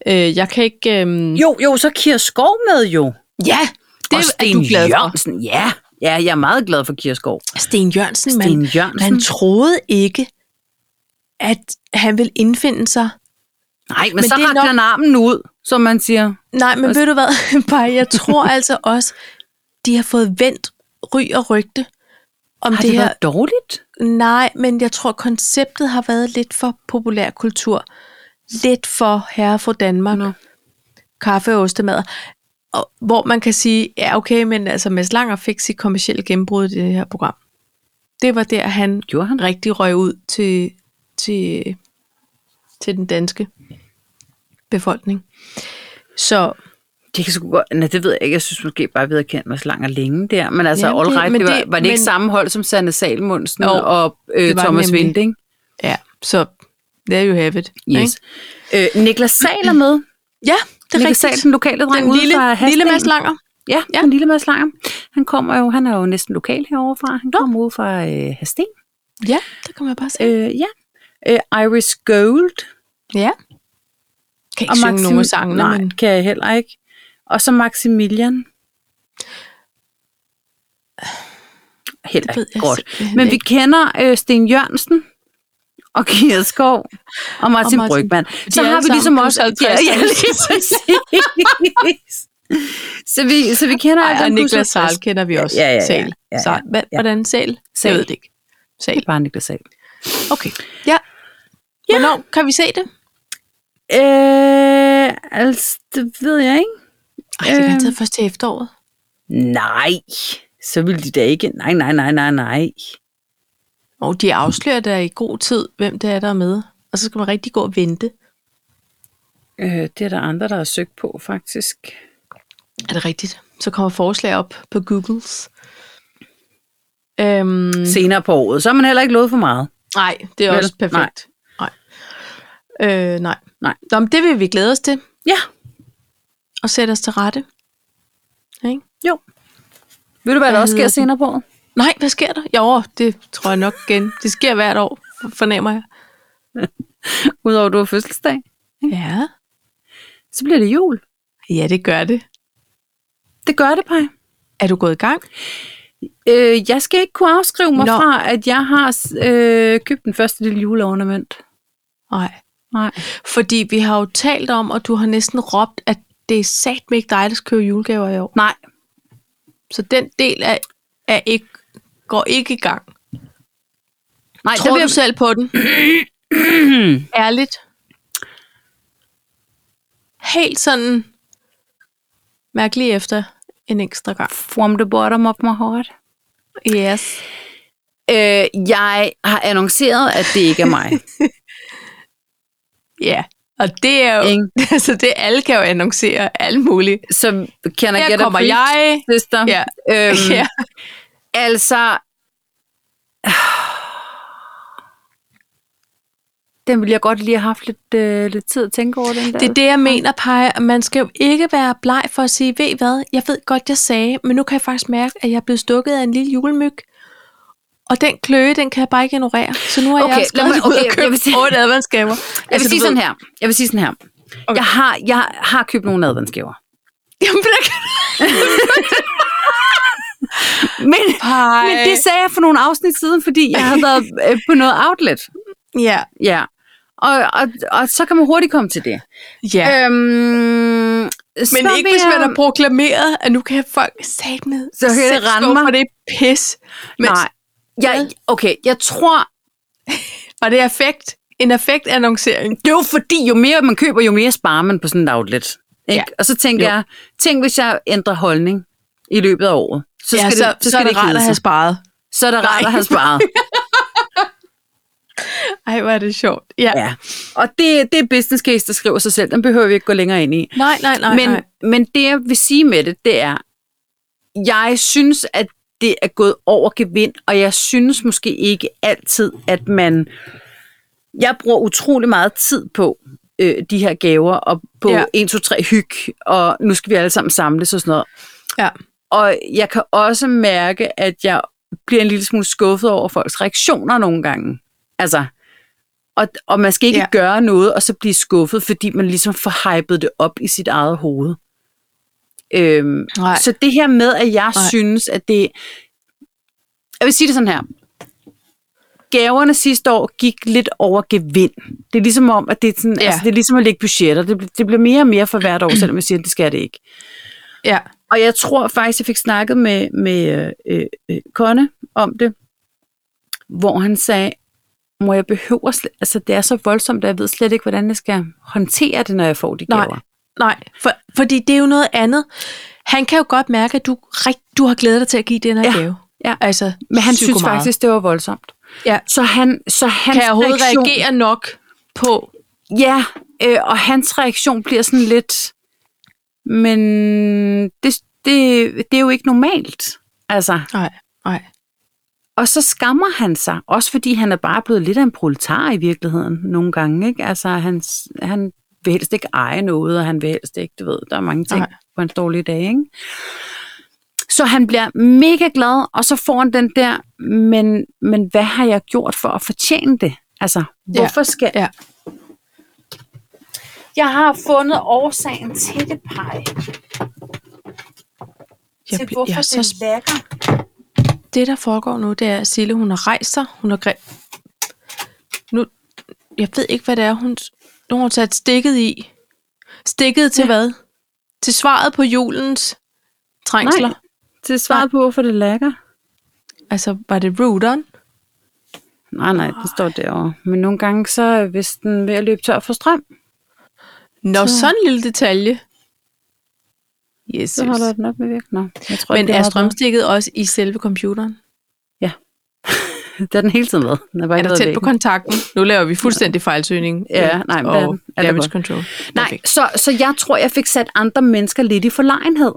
[SPEAKER 1] Øh, jeg kan ikke... Øhm...
[SPEAKER 2] Jo, jo, så Kier Skov med jo.
[SPEAKER 1] Ja, det
[SPEAKER 2] og
[SPEAKER 1] er
[SPEAKER 2] Sten
[SPEAKER 1] du glad for.
[SPEAKER 2] Jørgensen. Ja. ja, jeg er meget glad for Kier Skov.
[SPEAKER 1] Sten Jørgensen, man,
[SPEAKER 2] Sten Jørgensen.
[SPEAKER 1] man troede ikke, at han ville indfinde sig
[SPEAKER 2] Nej, men, men
[SPEAKER 1] Men
[SPEAKER 2] så
[SPEAKER 1] det er
[SPEAKER 2] rakte
[SPEAKER 1] nok-
[SPEAKER 2] han armen ud, som man siger.
[SPEAKER 1] Nej, men ved du hvad, [LAUGHS] Bare, jeg tror altså også, de har fået vendt ry og rygte om
[SPEAKER 2] Har
[SPEAKER 1] det,
[SPEAKER 2] det,
[SPEAKER 1] her.
[SPEAKER 2] været dårligt?
[SPEAKER 1] Nej, men jeg tror, konceptet har været lidt for populærkultur. Lidt for herre for Danmark.
[SPEAKER 2] Nå.
[SPEAKER 1] Nå. Kaffe og ostemad. Og, hvor man kan sige, ja okay, men altså Mads Langer fik sit kommersielle gennembrud i det her program. Det var der, han
[SPEAKER 2] Gjorde han?
[SPEAKER 1] rigtig røg ud til, til, til den danske befolkning. Så
[SPEAKER 2] Det kan sgu godt... Nej, det ved jeg ikke. Jeg synes måske bare, vi havde kendt Mads Langer længe der. Men altså,
[SPEAKER 1] Jamen,
[SPEAKER 2] all
[SPEAKER 1] det-
[SPEAKER 2] right,
[SPEAKER 1] men
[SPEAKER 2] det, det, var,
[SPEAKER 1] det-
[SPEAKER 2] var det ikke
[SPEAKER 1] men-
[SPEAKER 2] samme hold som Sanne Salmonsen
[SPEAKER 1] Jo,
[SPEAKER 2] og øh,
[SPEAKER 1] det var det
[SPEAKER 2] Thomas
[SPEAKER 1] nemlig.
[SPEAKER 2] Vinding?
[SPEAKER 1] Ja, så there you have it.
[SPEAKER 2] Yes.
[SPEAKER 1] Ikke?
[SPEAKER 2] Øh, Niklas Sal er med.
[SPEAKER 1] Ja, det er
[SPEAKER 2] Niklas
[SPEAKER 1] rigtigt.
[SPEAKER 2] Sal, den lokale dreng
[SPEAKER 1] den
[SPEAKER 2] ude
[SPEAKER 1] lille,
[SPEAKER 2] fra
[SPEAKER 1] lille
[SPEAKER 2] Hastingen.
[SPEAKER 1] Mads Langer.
[SPEAKER 2] Ja, ja,
[SPEAKER 1] Ja.
[SPEAKER 2] den lille Mads Langer. Han kommer jo, han er jo næsten lokal herovre fra. Han kommer ud fra øh, Hasten.
[SPEAKER 1] Ja, der kommer jeg bare se.
[SPEAKER 2] Øh, ja. Øh, Iris Gold.
[SPEAKER 1] Ja. Kan ikke synge nogen af sangene,
[SPEAKER 2] Nej,
[SPEAKER 1] men
[SPEAKER 2] kan jeg heller ikke. Og så Maximilian. Heller
[SPEAKER 1] Det ved
[SPEAKER 2] ikke
[SPEAKER 1] jeg
[SPEAKER 2] godt.
[SPEAKER 1] simpelthen
[SPEAKER 2] Men vi
[SPEAKER 1] ikke.
[SPEAKER 2] kender øh, Sten Jørgensen og Kira Skov og Martin,
[SPEAKER 1] Martin.
[SPEAKER 2] Brygman. Så
[SPEAKER 1] er
[SPEAKER 2] har
[SPEAKER 1] alle
[SPEAKER 2] vi ligesom
[SPEAKER 1] sammen
[SPEAKER 2] også...
[SPEAKER 1] plus
[SPEAKER 2] Ja,
[SPEAKER 1] 50.
[SPEAKER 2] ja, lige præcis. så, vi, så vi kender... alle
[SPEAKER 1] Ej, og
[SPEAKER 2] dem plus
[SPEAKER 1] Niklas
[SPEAKER 2] 50.
[SPEAKER 1] Sal kender vi også.
[SPEAKER 2] Ja, ja, ja,
[SPEAKER 1] Sal.
[SPEAKER 2] ja, ja,
[SPEAKER 1] Sal. Hvad,
[SPEAKER 2] ja.
[SPEAKER 1] Hvordan Sal?
[SPEAKER 2] Sal.
[SPEAKER 1] Jeg ved det ikke.
[SPEAKER 2] Det
[SPEAKER 1] Sal.
[SPEAKER 2] er bare Niklas Sal.
[SPEAKER 1] Okay. Ja. Hvornår kan vi se det?
[SPEAKER 2] Øh, altså, det ved jeg ikke.
[SPEAKER 1] Ej, det er
[SPEAKER 2] Øhm.
[SPEAKER 1] garanteret først til efteråret.
[SPEAKER 2] Nej, så vil de da ikke. Nej, nej, nej, nej, nej.
[SPEAKER 1] Og de afslører der i god tid, hvem det er, der er med. Og så skal man rigtig gå og vente.
[SPEAKER 2] Øh, det er der andre, der har søgt på, faktisk.
[SPEAKER 1] Er det rigtigt? Så kommer forslag op på Googles. Øhm,
[SPEAKER 2] Mm. Senere på året. Så har man heller ikke lovet for meget.
[SPEAKER 1] Nej, det er
[SPEAKER 2] Vel?
[SPEAKER 1] også perfekt. Nej. Nej. Øh, nej.
[SPEAKER 2] Nej.
[SPEAKER 1] Nå, men det vil vi glæde os til,
[SPEAKER 2] Ja,
[SPEAKER 1] og sætte os til rette. Ikke?
[SPEAKER 2] jo. Ved du, hvad der
[SPEAKER 1] Hvad
[SPEAKER 2] også sker
[SPEAKER 1] hedder den?
[SPEAKER 2] senere på året?
[SPEAKER 1] Nej, hvad sker der? Jo, det tror jeg nok igen. Det sker hvert år, fornemmer jeg.
[SPEAKER 2] Udover at du har fødselsdag,
[SPEAKER 1] Ja.
[SPEAKER 2] så bliver det jul.
[SPEAKER 1] Ja, det gør det.
[SPEAKER 2] Det gør det, Paj.
[SPEAKER 1] Er du gået i gang?
[SPEAKER 2] Øh, jeg skal ikke kunne afskrive mig Nå.
[SPEAKER 1] Nå.
[SPEAKER 2] fra, at jeg har øh, købt den første lille juleornament.
[SPEAKER 1] Nej.
[SPEAKER 2] Nej.
[SPEAKER 1] Fordi vi har jo talt om, og du har næsten råbt, at det er satme ikke dig, der skal købe julegaver i år.
[SPEAKER 2] Nej.
[SPEAKER 1] Så den del er, er ikke, går ikke i gang.
[SPEAKER 2] Nej,
[SPEAKER 1] Tror
[SPEAKER 2] det
[SPEAKER 1] du
[SPEAKER 2] vil...
[SPEAKER 1] selv på [CLEARS THROAT] den? Ærligt. Helt sådan mærk lige efter en ekstra gang.
[SPEAKER 2] From the bottom of my heart.
[SPEAKER 1] Yes.
[SPEAKER 2] Øh, jeg har annonceret, at det ikke [LAUGHS] er mig.
[SPEAKER 1] Ja. Yeah. Og det er jo,
[SPEAKER 2] Ikke?
[SPEAKER 1] [LAUGHS] altså det alle kan jo annoncere alt muligt.
[SPEAKER 2] Så kan jeg
[SPEAKER 1] Her
[SPEAKER 2] gætte
[SPEAKER 1] kommer [LAUGHS] jeg.
[SPEAKER 2] Sister.
[SPEAKER 1] Ja.
[SPEAKER 2] [LAUGHS] Øhm,
[SPEAKER 1] Ja.
[SPEAKER 2] Altså... Den ville jeg godt lige have haft lidt, øh, lidt tid at tænke over, den der.
[SPEAKER 1] Det er det, jeg mener, Paj. Man skal jo ikke være bleg for at sige, ved I hvad, jeg ved godt, jeg sagde, men nu kan jeg faktisk mærke, at jeg er blevet stukket af en lille julemyg. Og den kløe, den kan jeg bare ikke ignorere. Så nu har
[SPEAKER 2] Okay,
[SPEAKER 1] jeg
[SPEAKER 2] lad
[SPEAKER 1] skrevet
[SPEAKER 2] mig-
[SPEAKER 1] ud
[SPEAKER 2] okay,
[SPEAKER 1] og
[SPEAKER 2] jeg vil
[SPEAKER 1] købt
[SPEAKER 2] sige-
[SPEAKER 1] otte adventsgaver. Altså,
[SPEAKER 2] Jeg vil sige sådan her. Jeg vil sige sådan her. Altså, Okay.
[SPEAKER 1] Okay.
[SPEAKER 2] Jeg, har, jeg har købt nogle adventsgaver.
[SPEAKER 1] [LAUGHS] Jamen, der kan...
[SPEAKER 2] Men,
[SPEAKER 1] Pej.
[SPEAKER 2] men det sagde jeg for nogle afsnit siden, fordi jeg havde været øh, på noget outlet.
[SPEAKER 1] Ja.
[SPEAKER 2] Ja. Og, og, og så kan man hurtigt komme til det.
[SPEAKER 1] ja. Øhm, Øh,
[SPEAKER 2] Øhm, men
[SPEAKER 1] men ikke hvis man har proklameret, at nu kan folk satme
[SPEAKER 2] Så kan det
[SPEAKER 1] selv
[SPEAKER 2] rende
[SPEAKER 1] stå
[SPEAKER 2] mig.
[SPEAKER 1] for det pis. Men,
[SPEAKER 2] Nej. Jeg, okay, jeg tror,
[SPEAKER 1] Var det affekt? En affektannoncering?
[SPEAKER 2] Det er jo fordi, jo mere man køber, jo mere sparer man på sådan et outlet. Ikke?
[SPEAKER 1] Ja.
[SPEAKER 2] Og så tænker
[SPEAKER 1] Jo.
[SPEAKER 2] jo. jeg, tænk hvis jeg ændrer holdning i løbet af året. Så skal,
[SPEAKER 1] ja,
[SPEAKER 2] det,
[SPEAKER 1] så, så, så er
[SPEAKER 2] det
[SPEAKER 1] det
[SPEAKER 2] ikke
[SPEAKER 1] rart
[SPEAKER 2] hedde
[SPEAKER 1] at have
[SPEAKER 2] sig.
[SPEAKER 1] sparet.
[SPEAKER 2] Så er det rart
[SPEAKER 1] Nej.
[SPEAKER 2] at have sparet.
[SPEAKER 1] Ej, hvor er det sjovt. [LAUGHS] Ja. ja.
[SPEAKER 2] Ja. Og det, det er business case, der skriver sig selv. Den behøver vi ikke gå længere ind i.
[SPEAKER 1] Nej, nej, nej.
[SPEAKER 2] men,
[SPEAKER 1] nej.
[SPEAKER 2] men det, jeg vil sige med det, det er, jeg synes, at det er gået over gevind, og jeg synes måske ikke altid, at man... Jeg bruger utrolig meget tid på øh, de her gaver, og på
[SPEAKER 1] Ja.
[SPEAKER 2] ja. 1, 2, 3 hyg, og nu skal vi alle sammen samles og sådan noget.
[SPEAKER 1] Ja.
[SPEAKER 2] Og jeg kan også mærke, at jeg bliver en lille smule skuffet over folks reaktioner nogle gange. Altså, og, og man skal ikke
[SPEAKER 1] Ja.
[SPEAKER 2] ja. gøre noget, og så blive skuffet, fordi man ligesom får hypet det op i sit eget hoved. Øhm,
[SPEAKER 1] Nej.
[SPEAKER 2] så det her med, at jeg
[SPEAKER 1] Nej.
[SPEAKER 2] Nej. synes, at det... Jeg vil sige det sådan her. Gaverne sidste år gik lidt over gevind. Det er ligesom om, at det er, sådan,
[SPEAKER 1] Ja.
[SPEAKER 2] ja. altså, det er ligesom at lægge budgetter. Det, bl- det bliver mere og mere for hvert år, selvom jeg siger, at det skal det ikke.
[SPEAKER 1] Ja.
[SPEAKER 2] Og jeg tror faktisk, jeg fik snakket med, med øh, øh, Conne om det, hvor han sagde, mor, jeg behøver slet, altså det er så voldsomt, at jeg ved slet ikke, hvordan jeg skal håndtere det, når jeg får de
[SPEAKER 1] Nej.
[SPEAKER 2] gaver.
[SPEAKER 1] Nej, for, fordi det er jo noget andet. Han kan jo godt mærke, at du, rigt- du har glædet dig til at give den her
[SPEAKER 2] Ja,
[SPEAKER 1] gave.
[SPEAKER 2] ja.
[SPEAKER 1] Altså,
[SPEAKER 2] Men han
[SPEAKER 1] psyko
[SPEAKER 2] synes
[SPEAKER 1] meget.
[SPEAKER 2] faktisk, det var voldsomt.
[SPEAKER 1] Ja.
[SPEAKER 2] Så han, så hans
[SPEAKER 1] kan jeg overhovedet
[SPEAKER 2] reaktion,
[SPEAKER 1] reagere nok på...
[SPEAKER 2] Ja, øh, og hans reaktion bliver sådan lidt, men det, det, det er jo ikke normalt. Altså,
[SPEAKER 1] Nej, nej.
[SPEAKER 2] Og så skammer han sig, også fordi han er bare blevet lidt af en proletar i virkeligheden nogle gange. Ikke? Altså, han, han vil helst ikke eje noget, og han vil helst ikke, du ved, der er mange ting
[SPEAKER 1] Nej.
[SPEAKER 2] Nej. på hans dårlige dage. Ikke? Så han bliver mega glad, og så får han den der, men, men hvad har jeg gjort for at fortjene det? Altså, hvorfor skal...
[SPEAKER 1] ja.
[SPEAKER 2] Jeg har fundet årsagen til det, Paj.
[SPEAKER 1] Jeg,
[SPEAKER 2] Til
[SPEAKER 1] bliver,
[SPEAKER 2] hvorfor
[SPEAKER 1] jeg er så
[SPEAKER 2] det lækker.
[SPEAKER 1] det, der foregår nu, det er, at Sille, hun har rejst sig. Hun har greb... Nu, jeg ved ikke, hvad det er, hun... Nu har hun sat stikket i. Stikket til ja. hvad? Til svaret på julens trængsler.
[SPEAKER 2] Nej, til svaret på, hvorfor det lækker.
[SPEAKER 1] Altså, var det routeren?
[SPEAKER 2] Nej, nej, den står derovre. Men nogle gange, så er- hvis den er ved at løbe tør for strøm,
[SPEAKER 1] Nå,
[SPEAKER 2] Så-
[SPEAKER 1] så. sådan en lille detalje. Yes,
[SPEAKER 2] så holder den op med virkning. Nå, jeg tror,
[SPEAKER 1] Men
[SPEAKER 2] det
[SPEAKER 1] er
[SPEAKER 2] meget
[SPEAKER 1] strømstikket også i selve computeren?
[SPEAKER 2] bedre. Det har den hele tiden været. Den har bare
[SPEAKER 1] Er
[SPEAKER 2] ikke
[SPEAKER 1] der
[SPEAKER 2] været
[SPEAKER 1] tæt
[SPEAKER 2] væk.
[SPEAKER 1] på kontakten? Nu laver vi fuldstændig fejlsøgning. øh,
[SPEAKER 2] Ja, nej, men
[SPEAKER 1] og
[SPEAKER 2] det er den. Ja, det er
[SPEAKER 1] damage
[SPEAKER 2] godt.
[SPEAKER 1] control.
[SPEAKER 2] Nej,
[SPEAKER 1] Perfekt.
[SPEAKER 2] så, så jeg tror, jeg fik sat andre mennesker lidt i forlegenhed.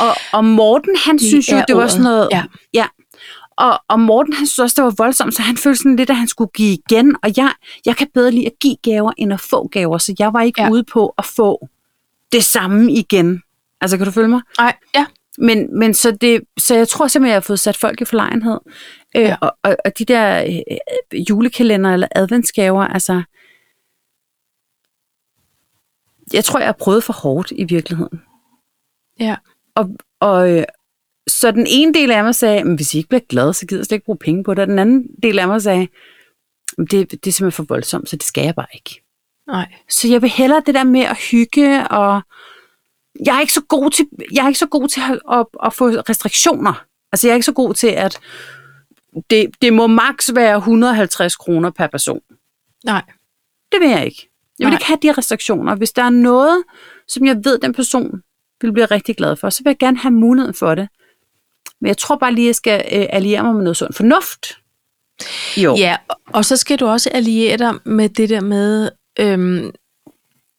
[SPEAKER 2] Og, og Morten, han
[SPEAKER 1] Det
[SPEAKER 2] synes jo,
[SPEAKER 1] er
[SPEAKER 2] det var
[SPEAKER 1] ordet.
[SPEAKER 2] sådan noget...
[SPEAKER 1] Ja.
[SPEAKER 2] ja. Og, og Morten, han synes også, det var voldsomt, så han følte sådan lidt, at han skulle give igen. Og jeg, jeg kan bedre lide at give gaver, end at få gaver, så jeg var ikke
[SPEAKER 1] Ja.
[SPEAKER 2] ja. ude på at få det samme igen. Altså, kan du følge mig?
[SPEAKER 1] Nej, ja.
[SPEAKER 2] Men, men så, det, så jeg tror simpelthen, jeg har fået sat folk i forlegenhed. Øh,
[SPEAKER 1] Ja.
[SPEAKER 2] ja. og, og, og de der øh, øh, julekalender eller adventsgaver, altså... Jeg tror, jeg har prøvet for hårdt i virkeligheden.
[SPEAKER 1] ja.
[SPEAKER 2] Og, og øh, så den ene del af mig sagde, men hvis I ikke bliver glade, så gider jeg slet ikke bruge penge på det. Og den anden del af mig sagde, "Men det, det er simpelthen for voldsomt, så det skal jeg bare ikke.
[SPEAKER 1] Nej.
[SPEAKER 2] Så jeg vil hellere det der med at hygge, og jeg er ikke så god til, jeg er ikke så god til at, at, at få restriktioner. Altså jeg er ikke så god til, at det, det må maks være 150 kroner per person.
[SPEAKER 1] Nej.
[SPEAKER 2] Det vil jeg ikke. Jeg
[SPEAKER 1] Nej.
[SPEAKER 2] vil Nej. ikke have de restriktioner. Hvis der er noget, som jeg ved, den person vil blive rigtig glad for, så vil jeg gerne have muligheden for det. Men jeg tror bare lige, jeg skal øh, alliere mig med noget sund fornuft. Jo.
[SPEAKER 1] Ja, og så skal du også alliere dig med det der med, øhm,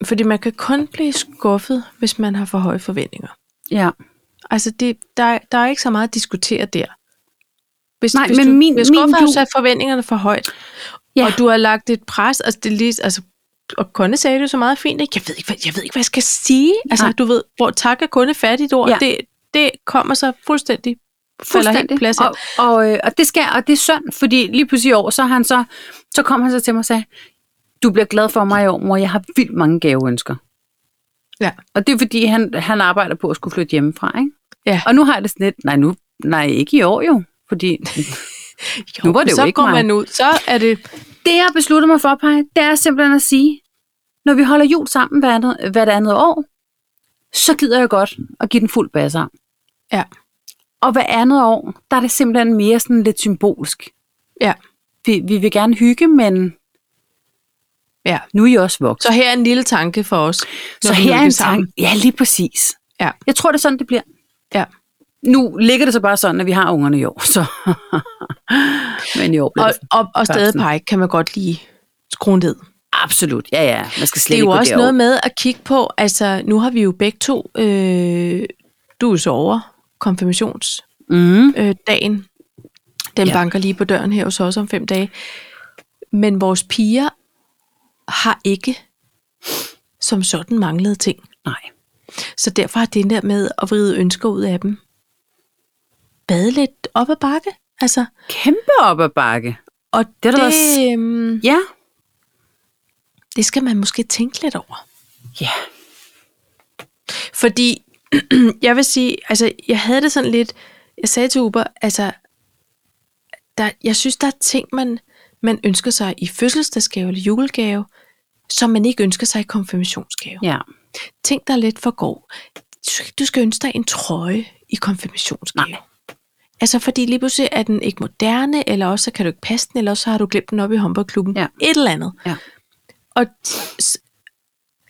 [SPEAKER 1] fordi man kan kun blive skuffet, hvis man har for høje forventninger.
[SPEAKER 2] ja.
[SPEAKER 1] Altså, det, der, der er ikke så meget at diskutere der. Hvis,
[SPEAKER 2] Nej,
[SPEAKER 1] hvis
[SPEAKER 2] men
[SPEAKER 1] du
[SPEAKER 2] min-
[SPEAKER 1] bliver skuffet,
[SPEAKER 2] min
[SPEAKER 1] har du
[SPEAKER 2] jul-
[SPEAKER 1] sat forventningerne for højt. Ja.
[SPEAKER 2] Ja.
[SPEAKER 1] Og du har lagt et pres, altså det er lige, altså, og Conne sagde det jo så meget fint, ikke? Jeg, ved ikke, hvad, jeg ved ikke, hvad jeg skal sige. Altså,
[SPEAKER 2] Nej.
[SPEAKER 1] du ved, hvor tak er kun et fattigt ord. Ja.
[SPEAKER 2] Ja.
[SPEAKER 1] Det, det kommer så fuldstændig, fuldstændig. falder helt
[SPEAKER 2] Fuldstændig.
[SPEAKER 1] plads.
[SPEAKER 2] og, og, øh, og, det skal, og det er synd, fordi lige pludselig i år, så, har han så, så kom han så til mig og sagde, du bliver glad for mig i år, mor, jeg har vildt mange gaveønsker.
[SPEAKER 1] Ja.
[SPEAKER 2] Og det er fordi, han, han arbejder på at skulle flytte hjemmefra, ikke?
[SPEAKER 1] Ja.
[SPEAKER 2] Og nu har jeg det sådan lidt, nej, nu, nej, ikke i år jo, fordi [LAUGHS] nu var det jo
[SPEAKER 1] så
[SPEAKER 2] ikke
[SPEAKER 1] går
[SPEAKER 2] mig.
[SPEAKER 1] man ud, så er det
[SPEAKER 2] det, jeg besluttede mig for, Paj, det er simpelthen at sige, når vi holder jul sammen hvert andet, hvert andet år, så gider jeg godt at give den fuld basse om.
[SPEAKER 1] Ja.
[SPEAKER 2] Og hvert andet år, der er det simpelthen mere sådan lidt symbolsk.
[SPEAKER 1] Ja.
[SPEAKER 2] Vi, vi vil gerne hygge, men
[SPEAKER 1] Ja.
[SPEAKER 2] Nu er I også voksne.
[SPEAKER 1] Så her er en lille tanke for os. når
[SPEAKER 2] Så
[SPEAKER 1] vi
[SPEAKER 2] her er
[SPEAKER 1] lykkes
[SPEAKER 2] en
[SPEAKER 1] sammen.
[SPEAKER 2] tanke. Ja, lige præcis.
[SPEAKER 1] Ja.
[SPEAKER 2] Jeg tror, det er sådan, det bliver.
[SPEAKER 1] Ja.
[SPEAKER 2] Nu ligger det så bare sådan, at vi har ungerne i år. Så. [LAUGHS] Men i år bliver
[SPEAKER 1] Og,
[SPEAKER 2] det
[SPEAKER 1] og, og
[SPEAKER 2] Bare
[SPEAKER 1] stadig
[SPEAKER 2] sådan.
[SPEAKER 1] pege kan man godt lige skrue ned.
[SPEAKER 2] absolut. Ja, ja. Man skal slet
[SPEAKER 1] det er jo
[SPEAKER 2] ikke gå
[SPEAKER 1] også
[SPEAKER 2] derover.
[SPEAKER 1] noget med at kigge på, altså nu har vi jo begge to, øh, du er jo så over konfirmationsdagen.
[SPEAKER 2] Mm.
[SPEAKER 1] Øh, dagen. Den ja.
[SPEAKER 2] Ja.
[SPEAKER 1] banker lige på døren her hos os om fem dage. Men vores piger har ikke som sådan manglet ting.
[SPEAKER 2] Nej.
[SPEAKER 1] Så derfor har det der med at vride ønsker ud af dem bade lidt op ad bakke. Altså,
[SPEAKER 2] Kæmpe op ad bakke.
[SPEAKER 1] og
[SPEAKER 2] Det er
[SPEAKER 1] det,
[SPEAKER 2] der
[SPEAKER 1] det,
[SPEAKER 2] også-
[SPEAKER 1] øhm,
[SPEAKER 2] Ja.
[SPEAKER 1] det skal man måske tænke lidt over.
[SPEAKER 2] Ja.
[SPEAKER 1] Fordi [CLEARS THROAT] jeg vil sige, altså jeg havde det sådan lidt, jeg sagde til Uber, altså der, jeg synes, der er ting, man, man ønsker sig i fødselsdagsgave eller julegave, som man ikke ønsker sig i konfirmationsgave.
[SPEAKER 2] Ja.
[SPEAKER 1] Tænk dig lidt for går. Du skal ønske dig en trøje i konfirmationsgave. Nej. Altså fordi lige pludselig er den ikke moderne, eller også så kan du ikke passe den, eller også så har du glemt den op i håndboldklubben.
[SPEAKER 2] Ja.
[SPEAKER 1] Et eller andet.
[SPEAKER 2] Ja.
[SPEAKER 1] Og t- s-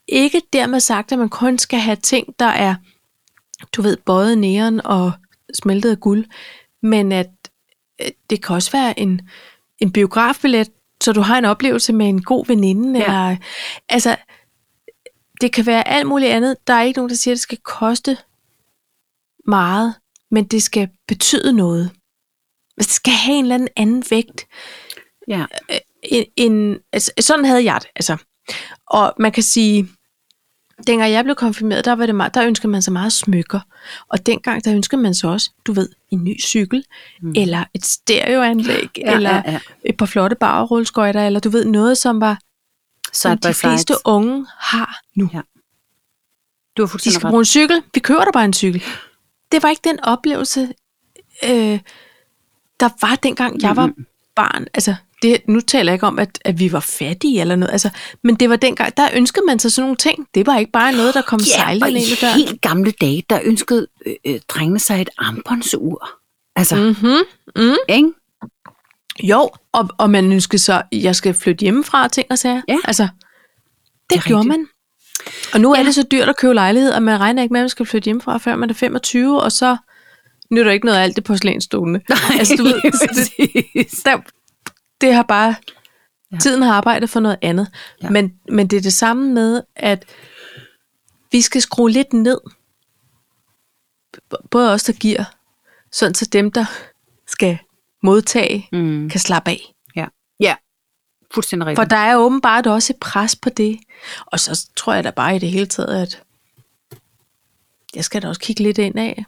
[SPEAKER 1] ikke dermed sagt, at man kun skal have ting, der er, du ved, bøjet næren og smeltet af guld, men at øh, det kan også være en, en biografbillet, så du har en oplevelse med en god veninde.
[SPEAKER 2] Ja.
[SPEAKER 1] Ja. Eller, altså, det kan være alt muligt andet. Der er ikke nogen, der siger, at det skal koste meget, men det skal betyde noget. Altså, Det skal have en eller anden anden vægt
[SPEAKER 2] Ja.
[SPEAKER 1] en, en, altså, sådan havde jeg det. Altså. Og man kan sige, dengang jeg blev konfirmeret, der, var det meget, der ønskede man sig meget smykker. Og dengang, der ønskede man så også, du ved, en ny cykel, mm. eller et stereoanlæg, ja, eller ja, ja. et par flotte bagerrulleskøjter, eller du ved, noget, som var som
[SPEAKER 2] Side by
[SPEAKER 1] de fleste
[SPEAKER 2] side.
[SPEAKER 1] unge har nu.
[SPEAKER 2] Ja, Du har
[SPEAKER 1] De
[SPEAKER 2] fuldstændig
[SPEAKER 1] skal
[SPEAKER 2] ret.
[SPEAKER 1] bruge en cykel, vi kører der bare en cykel. Det var ikke den oplevelse, øh, der var dengang jeg var barn. Altså, det, nu taler jeg ikke om, at, at vi var fattige eller noget, altså, men det var dengang, der ønskede man sig sådan nogle ting. Det var ikke bare noget, der kom yeah,
[SPEAKER 2] og
[SPEAKER 1] sejlende ind ad
[SPEAKER 2] i
[SPEAKER 1] døren.
[SPEAKER 2] helt gamle dage, der ønskede øh, øh, drengene sig et armbåndsur. Altså, mm.
[SPEAKER 1] Mm-hmm.
[SPEAKER 2] ikke?
[SPEAKER 1] Jo, og, og man ønskede så, jeg skal flytte hjemmefra og ting og sager.
[SPEAKER 2] Ja.
[SPEAKER 1] Altså, det, det
[SPEAKER 2] er
[SPEAKER 1] gjorde
[SPEAKER 2] rigtigt.
[SPEAKER 1] man. Og nu ja. er det så dyrt at købe lejlighed, og man regner ikke med, at man skal flytte hjemmefra, før man er 25, og så nytter ikke noget af alt det porcelænstolene. altså, du
[SPEAKER 2] [LAUGHS]
[SPEAKER 1] ved, det,
[SPEAKER 2] det,
[SPEAKER 1] der, det har bare...
[SPEAKER 2] Ja.
[SPEAKER 1] Ja. Tiden har arbejdet for noget andet.
[SPEAKER 2] Ja.
[SPEAKER 1] Ja. Men, men det er det samme med, at vi skal skrue lidt ned. B- Både os, der giver, sådan så dem, der skal modtage,
[SPEAKER 2] mm.
[SPEAKER 1] kan slappe af.
[SPEAKER 2] Ja. Ja. Fuldstændig
[SPEAKER 1] For
[SPEAKER 2] rigtigt.
[SPEAKER 1] der er åbenbart også et pres på det. Og så tror jeg da bare i det hele taget, at jeg skal da også kigge lidt ind af.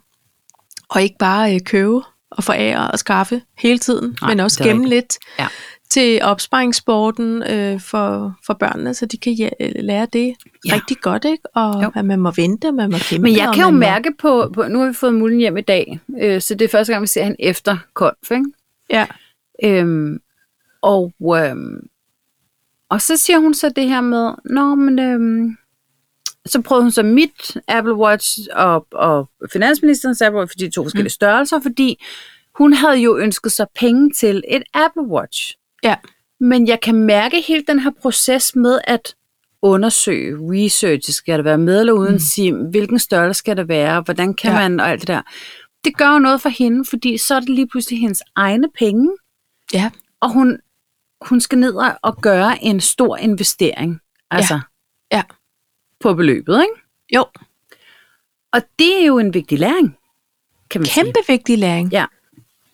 [SPEAKER 1] Og ikke bare øh, købe og forære og skaffe hele tiden,
[SPEAKER 2] Nej,
[SPEAKER 1] men også
[SPEAKER 2] det er
[SPEAKER 1] gemme lidt
[SPEAKER 2] Ja.
[SPEAKER 1] til opsparingssporten øh, for, for børnene, så de kan ja, lære det
[SPEAKER 2] Ja.
[SPEAKER 1] ja. rigtig godt, ikke? Og
[SPEAKER 2] Jo.
[SPEAKER 1] jo. at man må vente, man må kæmpe.
[SPEAKER 2] Men jeg
[SPEAKER 1] og
[SPEAKER 2] kan jo
[SPEAKER 1] man må-
[SPEAKER 2] mærke på, på, nu har vi fået mulden hjem i dag, øh, så det er første gang, vi ser han efter konf, ikke?
[SPEAKER 1] Ja,
[SPEAKER 2] Øhm, og, øhm, og så siger hun så det her med, Nå, men, øhm, så prøvede hun så mit Apple Watch og, og finansministerens Apple Watch, fordi de to forskellige mm. størrelser, fordi hun havde jo ønsket sig penge til et Apple Watch.
[SPEAKER 1] ja,
[SPEAKER 2] Men jeg kan mærke hele den her proces med at undersøge, researche, skal der være med eller uden mm. sim, hvilken størrelse skal der være, hvordan kan ja.
[SPEAKER 1] Ja.
[SPEAKER 2] man, og alt det der. Det gør jo noget for hende, fordi så er det lige pludselig hendes egne penge,
[SPEAKER 1] ja,
[SPEAKER 2] og hun, hun skal ned og- og gøre en stor investering, altså
[SPEAKER 1] ja.
[SPEAKER 2] på beløbet, ikke?
[SPEAKER 1] Jo,
[SPEAKER 2] Og det er jo en vigtig læring, kan man sige.
[SPEAKER 1] kæmpe vigtig læring.
[SPEAKER 2] Ja.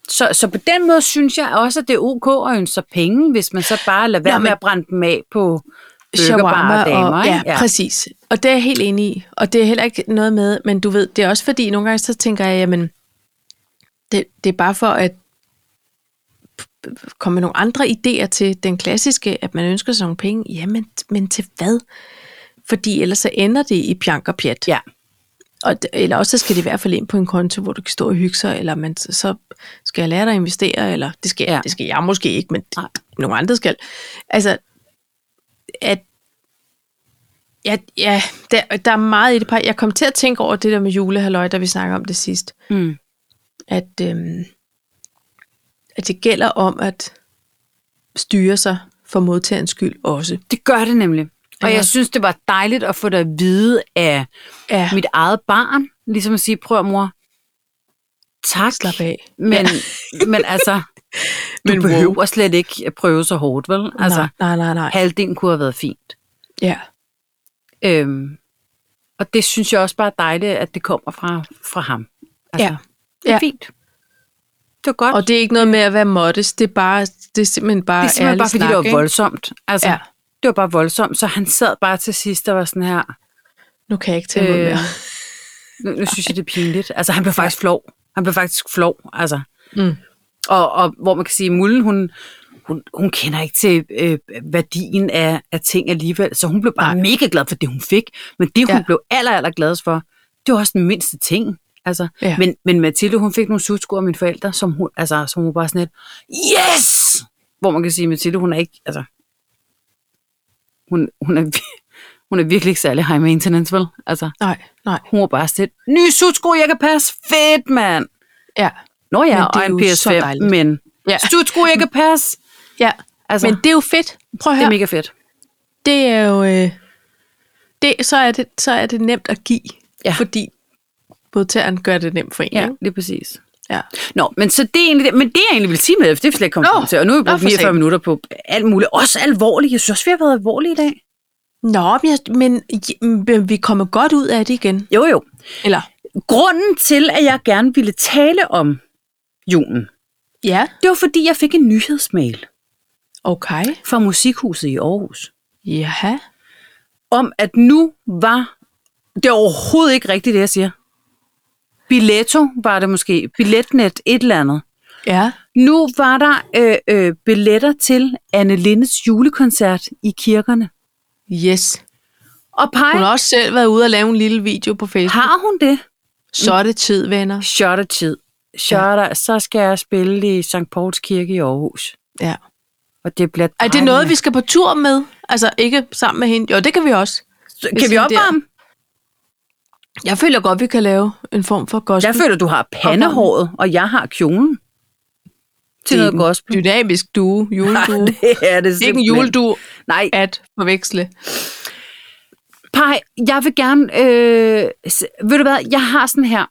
[SPEAKER 2] Så, så på den måde synes jeg også, at det er ok at ønske sig penge, hvis man så bare lader være
[SPEAKER 1] Nå,
[SPEAKER 2] Nå,
[SPEAKER 1] men-
[SPEAKER 2] med at brænde dem af på burgerbarer
[SPEAKER 1] shawarma
[SPEAKER 2] og damer.
[SPEAKER 1] og,
[SPEAKER 2] ikke?
[SPEAKER 1] ja, ja, præcis. Og det er jeg helt enig i. Og det er heller ikke noget med, men du ved, det er også fordi, nogle gange så tænker jeg, jamen, det, det er bare for at p- p- komme med nogle andre idéer til den klassiske, at man ønsker sig nogle penge. Jamen, men til hvad? Fordi ellers så ender det i pjank og pjat.
[SPEAKER 2] Ja.
[SPEAKER 1] Og, d- eller også så skal det i hvert fald ind på en konto, hvor du kan stå og hygge sig, eller man, s- så skal jeg lære dig at investere, eller det skal,
[SPEAKER 2] Ja.
[SPEAKER 1] ja. det skal jeg måske ikke, men
[SPEAKER 2] Nej.
[SPEAKER 1] Nej. nogle andre skal. Altså, at Ja, ja der, der er meget i det. par. Jeg kom til at tænke over det der med julehalløj, da vi snakkede om det sidst.
[SPEAKER 2] Mm.
[SPEAKER 1] At, øhm, at det gælder om at styre sig for modtagerens skyld også.
[SPEAKER 2] Det gør det nemlig. Og
[SPEAKER 1] Ja.
[SPEAKER 2] jeg synes, det var dejligt at få dig at vide af
[SPEAKER 1] Ja,
[SPEAKER 2] mit eget barn, ligesom at sige, prøv at, mor, tak,
[SPEAKER 1] slap af.
[SPEAKER 2] men, men altså, du
[SPEAKER 1] [LAUGHS] Men wow.
[SPEAKER 2] behøver slet ikke at prøve så hårdt, vel? Altså,
[SPEAKER 1] Altså, nej, nej, nej.
[SPEAKER 2] halvdelen kunne have været fint.
[SPEAKER 1] Ja.
[SPEAKER 2] Øhm, og det synes jeg også bare er dejligt, at det kommer fra, fra ham. Altså,
[SPEAKER 1] Ja.
[SPEAKER 2] Det er
[SPEAKER 1] Ja.
[SPEAKER 2] fint. Det var godt.
[SPEAKER 1] Og det er ikke noget med at være modest, det er, bare, det er simpelthen bare
[SPEAKER 2] det er simpelthen
[SPEAKER 1] ærlig
[SPEAKER 2] bare, fordi
[SPEAKER 1] snak,
[SPEAKER 2] det var
[SPEAKER 1] ikke?
[SPEAKER 2] voldsomt. Altså,
[SPEAKER 1] Ja.
[SPEAKER 2] ja. Det var bare voldsomt, så han sad bare til sidst og var sådan her,
[SPEAKER 1] Nu kan jeg ikke tage imod
[SPEAKER 2] Øh,
[SPEAKER 1] mere.
[SPEAKER 2] nu, nu synes jeg, det er pinligt. Altså, han blev faktisk flov. Han blev faktisk flov, altså.
[SPEAKER 1] Mm.
[SPEAKER 2] Og, og hvor man kan sige, Mullen, hun, hun, hun kender ikke til øh, værdien af, af ting alligevel, så hun blev bare
[SPEAKER 1] Nej.
[SPEAKER 2] mega glad for det, hun fik. Men det, hun
[SPEAKER 1] Ja.
[SPEAKER 2] ja. blev aller, aller gladest for, det var også den mindste ting. Altså,
[SPEAKER 1] Ja.
[SPEAKER 2] ja. men, men Mathilde, hun fik nogle sutsko af mine forældre, som hun, altså, som hun bare sådan lidt, yes! Hvor man kan sige, Mathilde, hun er ikke, altså, hun, hun, er, vir- hun er virkelig ikke særlig high maintenance, vel? Altså,
[SPEAKER 1] Nej, nej.
[SPEAKER 2] hun var bare sådan, lidt, nye sutsko, jeg kan passe. Fedt, mand.
[SPEAKER 1] Ja.
[SPEAKER 2] Nå
[SPEAKER 1] Men
[SPEAKER 2] ja,
[SPEAKER 1] det er
[SPEAKER 2] og en
[SPEAKER 1] jo så
[SPEAKER 2] PS5,
[SPEAKER 1] dejligt.
[SPEAKER 2] men
[SPEAKER 1] Ja.
[SPEAKER 2] ja. sutsko, jeg kan passe.
[SPEAKER 1] ja. Altså,
[SPEAKER 2] Altså,
[SPEAKER 1] Men det er jo fedt. Prøv at
[SPEAKER 2] det er
[SPEAKER 1] høre.
[SPEAKER 2] mega fedt.
[SPEAKER 1] det er jo... Øh, det, så, er det, så er det nemt at give,
[SPEAKER 2] Ja.
[SPEAKER 1] fordi modtageren gør det nemt for en.
[SPEAKER 2] Ja,
[SPEAKER 1] ikke?
[SPEAKER 2] lige præcis.
[SPEAKER 1] ja.
[SPEAKER 2] Nå, men så det er egentlig det, men det jeg egentlig vil sige med det, for det er vi slet ikke kommet
[SPEAKER 1] Nå,
[SPEAKER 2] frem til. Og nu har vi
[SPEAKER 1] nå,
[SPEAKER 2] brugt
[SPEAKER 1] for
[SPEAKER 2] 49
[SPEAKER 1] satan.
[SPEAKER 2] minutter på alt muligt. Også alvorligt. Jeg synes også, vi har været alvorlige i dag.
[SPEAKER 1] Nå, men, jeg, men, men vi kommer godt ud af det igen.
[SPEAKER 2] Jo, jo.
[SPEAKER 1] Eller?
[SPEAKER 2] Grunden til, at jeg gerne ville tale om julen,
[SPEAKER 1] Ja.
[SPEAKER 2] det var fordi, jeg fik en nyhedsmail
[SPEAKER 1] Okay.
[SPEAKER 2] fra Musikhuset i Aarhus.
[SPEAKER 1] Ja.
[SPEAKER 2] om, at nu var... Det er overhovedet ikke rigtigt, det jeg siger. Billetto var det måske. Billetnet, et eller andet.
[SPEAKER 1] Ja.
[SPEAKER 2] Nu var der øh, øh, billetter til Anne Lindes julekoncert i kirkerne.
[SPEAKER 1] Yes.
[SPEAKER 2] Og
[SPEAKER 1] Hun
[SPEAKER 2] peger,
[SPEAKER 1] har også selv været ude og lave en lille video på Facebook.
[SPEAKER 2] har hun det?
[SPEAKER 1] Så er det tid, venner.
[SPEAKER 2] Shotter tid. Shotter, ja. så skal jeg spille i St. Pauls Kirke i Aarhus.
[SPEAKER 1] Ja.
[SPEAKER 2] Og det bliver
[SPEAKER 1] Er det noget, vi skal på tur med? Altså ikke sammen med hende? Jo, det kan vi også.
[SPEAKER 2] Kan vi
[SPEAKER 1] sådan
[SPEAKER 2] opvarme?
[SPEAKER 1] Jeg føler godt, vi kan lave en form for gospel.
[SPEAKER 2] Jeg føler, du har pandehåret, og jeg har kjolen. Til
[SPEAKER 1] Det er
[SPEAKER 2] noget
[SPEAKER 1] en
[SPEAKER 2] gospel.
[SPEAKER 1] Dynamisk duo, juleduo.
[SPEAKER 2] [LAUGHS] det er det
[SPEAKER 1] Det er ikke en
[SPEAKER 2] simpelthen.
[SPEAKER 1] juleduo
[SPEAKER 2] Nej,
[SPEAKER 1] at forveksle.
[SPEAKER 2] Pej, jeg vil gerne... Øh, s- ved du hvad, jeg har sådan her.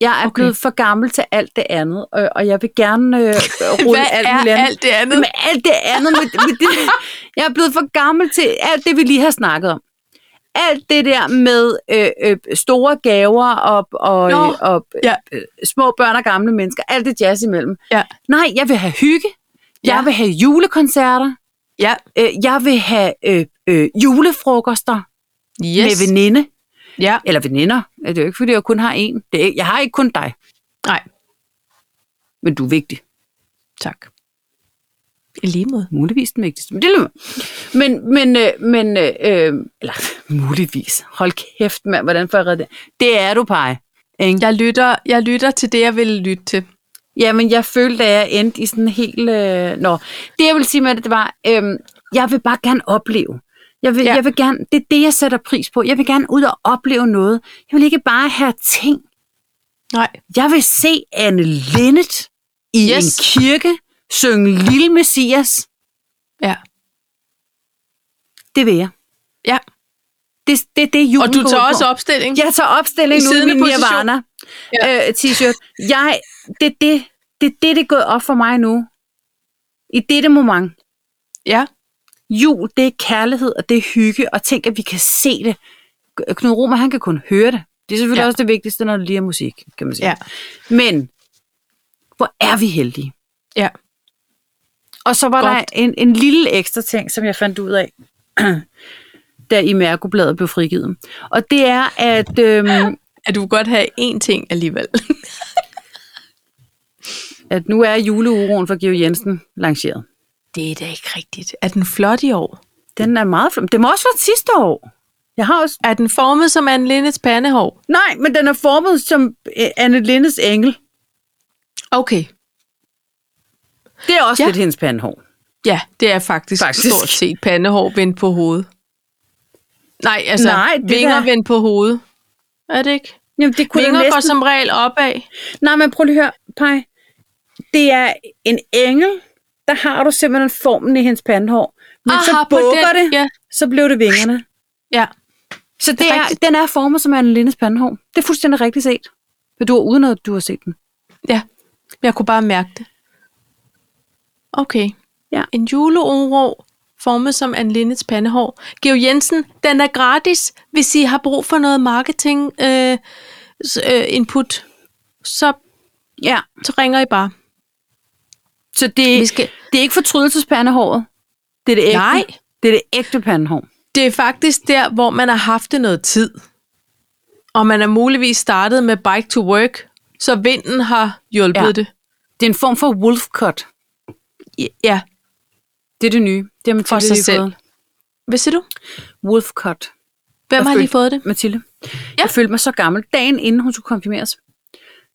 [SPEAKER 2] Jeg er
[SPEAKER 1] Okay.
[SPEAKER 2] okay. blevet for gammel til alt det andet, og, og jeg vil [LAUGHS] gerne øh, rulle
[SPEAKER 1] Hvad
[SPEAKER 2] alt
[SPEAKER 1] er
[SPEAKER 2] muligt andet.
[SPEAKER 1] alt det andet?
[SPEAKER 2] Med alt det andet. Med, med det, jeg er blevet for gammel til alt det, vi lige har snakket om. Alt det der med øh, øh, store gaver og, og,
[SPEAKER 1] Nå,
[SPEAKER 2] øh, og
[SPEAKER 1] ja.
[SPEAKER 2] øh, små børn og gamle mennesker. Alt det jazz imellem.
[SPEAKER 1] Ja.
[SPEAKER 2] Nej, jeg vil have hygge. Jeg
[SPEAKER 1] Ja.
[SPEAKER 2] vil have julekoncerter.
[SPEAKER 1] Ja,
[SPEAKER 2] Øh, jeg vil have øh, øh, julefrokoster yes. med
[SPEAKER 1] yes.
[SPEAKER 2] veninde
[SPEAKER 1] Ja,
[SPEAKER 2] eller veninder. Det er jo ikke, fordi jeg kun har en. Det er, ikke- jeg har ikke kun dig,
[SPEAKER 1] nej,
[SPEAKER 2] men du er vigtig.
[SPEAKER 1] tak. I lige måde.
[SPEAKER 2] Muligvis den vigtigste. Men det er lige- Men, men, øh, men øh, øh, eller [LAUGHS] muligvis. Hold kæft, mand. Hvordan får jeg reddet det? Det er du, Paj. Ikke?
[SPEAKER 1] Jeg lytter, jeg lytter til det, jeg vil lytte til.
[SPEAKER 2] Jamen, jeg følte, at jeg endte i sådan en helt... Øh... Nå, det jeg vil sige med det, det var, øh, jeg vil bare gerne opleve. Jeg vil,
[SPEAKER 1] Ja.
[SPEAKER 2] ja. jeg vil gerne, det er det, jeg sætter pris på. Jeg vil gerne ud og opleve noget. Jeg vil ikke bare have ting.
[SPEAKER 1] Nej,
[SPEAKER 2] Jeg vil se Anne Linnet i
[SPEAKER 1] Yes.
[SPEAKER 2] yes. en kirke synge Lille Messias.
[SPEAKER 1] ja.
[SPEAKER 2] Det vil jeg.
[SPEAKER 1] ja.
[SPEAKER 2] Det, det, det er
[SPEAKER 1] Og
[SPEAKER 2] julen
[SPEAKER 1] du
[SPEAKER 2] går
[SPEAKER 1] tager
[SPEAKER 2] ud
[SPEAKER 1] også
[SPEAKER 2] på.
[SPEAKER 1] opstilling?
[SPEAKER 2] Jeg tager opstilling
[SPEAKER 1] I
[SPEAKER 2] nu i
[SPEAKER 1] siddende
[SPEAKER 2] min
[SPEAKER 1] position.
[SPEAKER 2] Nirvana ja. øh, t-shirt. Jeg, det er det, det, er det, det er gået op for mig nu. I dette moment.
[SPEAKER 1] Ja,
[SPEAKER 2] Jul, det er kærlighed, og det er hygge, og tænk, at vi kan se det. Knud Romer, han kan kun høre det. Det er selvfølgelig
[SPEAKER 1] Ja.
[SPEAKER 2] ja. også det vigtigste, når det lige er musik, kan man sige.
[SPEAKER 1] ja,
[SPEAKER 2] Men, hvor er vi heldige.
[SPEAKER 1] ja.
[SPEAKER 2] Og så var
[SPEAKER 1] Godt.
[SPEAKER 2] Godt. der en, en lille ekstra ting, som jeg fandt ud af, [CLEARS THROAT] da i Mærkobladet blev frigivet. Og det er, at øhm,
[SPEAKER 1] At du vil godt have én ting alligevel.
[SPEAKER 2] at nu er juleuroen for Georg Jensen lanceret.
[SPEAKER 1] [LAUGHS] Det er da ikke rigtigt. Er den flot i år?
[SPEAKER 2] Den er meget flot. Det må også være sidste år. Jeg har også...
[SPEAKER 1] Er den formet som Anne Lindets pandehår?
[SPEAKER 2] Nej, men den er formet som øh, Anne Lindes engel.
[SPEAKER 1] Okay.
[SPEAKER 2] Det er også
[SPEAKER 1] Ja.
[SPEAKER 2] ja. lidt hendes pandehår.
[SPEAKER 1] Ja, det er faktisk, faktisk.
[SPEAKER 2] Faktisk.
[SPEAKER 1] stort set pandehår vendt på hovedet. Nej, altså
[SPEAKER 2] Nej, det
[SPEAKER 1] vinger
[SPEAKER 2] der-
[SPEAKER 1] vendt på hovedet. Er det ikke?
[SPEAKER 2] Jamen, det kunne
[SPEAKER 1] Vinger
[SPEAKER 2] Vinger
[SPEAKER 1] går
[SPEAKER 2] næsten...
[SPEAKER 1] som regel opad.
[SPEAKER 2] Nej, men prøv lige at høre, Paj. Det er en engel, der har du simpelthen formen i hendes pandehår.
[SPEAKER 3] Men
[SPEAKER 1] Aha,
[SPEAKER 3] så
[SPEAKER 1] på
[SPEAKER 3] bukker
[SPEAKER 1] den,
[SPEAKER 3] det,
[SPEAKER 1] Ja,
[SPEAKER 3] så blev det vingerne.
[SPEAKER 1] ja.
[SPEAKER 2] Så det
[SPEAKER 1] er
[SPEAKER 2] er,
[SPEAKER 1] rigtigt.
[SPEAKER 2] den er formet som Anne Lindes pandehår. Det er fuldstændig rigtigt set. Men du har uden at du har set den.
[SPEAKER 1] Ja, jeg kunne bare mærke det. Okay.
[SPEAKER 2] Ja.
[SPEAKER 1] En juleoro formet som Anne Lindets pandehår. Geo Jensen, den er gratis, hvis I har brug for noget marketing øh, s- øh, input. Så,
[SPEAKER 2] Ja.
[SPEAKER 1] så ringer I bare.
[SPEAKER 2] Så det,
[SPEAKER 1] Vi skal-
[SPEAKER 2] det er ikke fortrydelsespandehåret. Det er det ægte.
[SPEAKER 1] Nej.
[SPEAKER 2] Det er det ægte pandehår.
[SPEAKER 1] Det er faktisk der, hvor man har haft det noget tid. Og man er muligvis startet med bike to work, så vinden har hjulpet
[SPEAKER 2] Ja.
[SPEAKER 1] det.
[SPEAKER 2] Det er en form for wolf cut.
[SPEAKER 1] Ja.
[SPEAKER 2] Det er det nye. Det har Mathilde
[SPEAKER 1] For sig
[SPEAKER 2] lige
[SPEAKER 1] selv.
[SPEAKER 2] fået.
[SPEAKER 1] Hvad siger du?
[SPEAKER 2] Wolf cut.
[SPEAKER 1] Hvem
[SPEAKER 2] Jeg
[SPEAKER 1] har lige
[SPEAKER 2] følte-
[SPEAKER 1] fået det?
[SPEAKER 2] Mathilde. Ja. Jeg følte mig så gammel. Dagen inden hun skulle konfirmeres,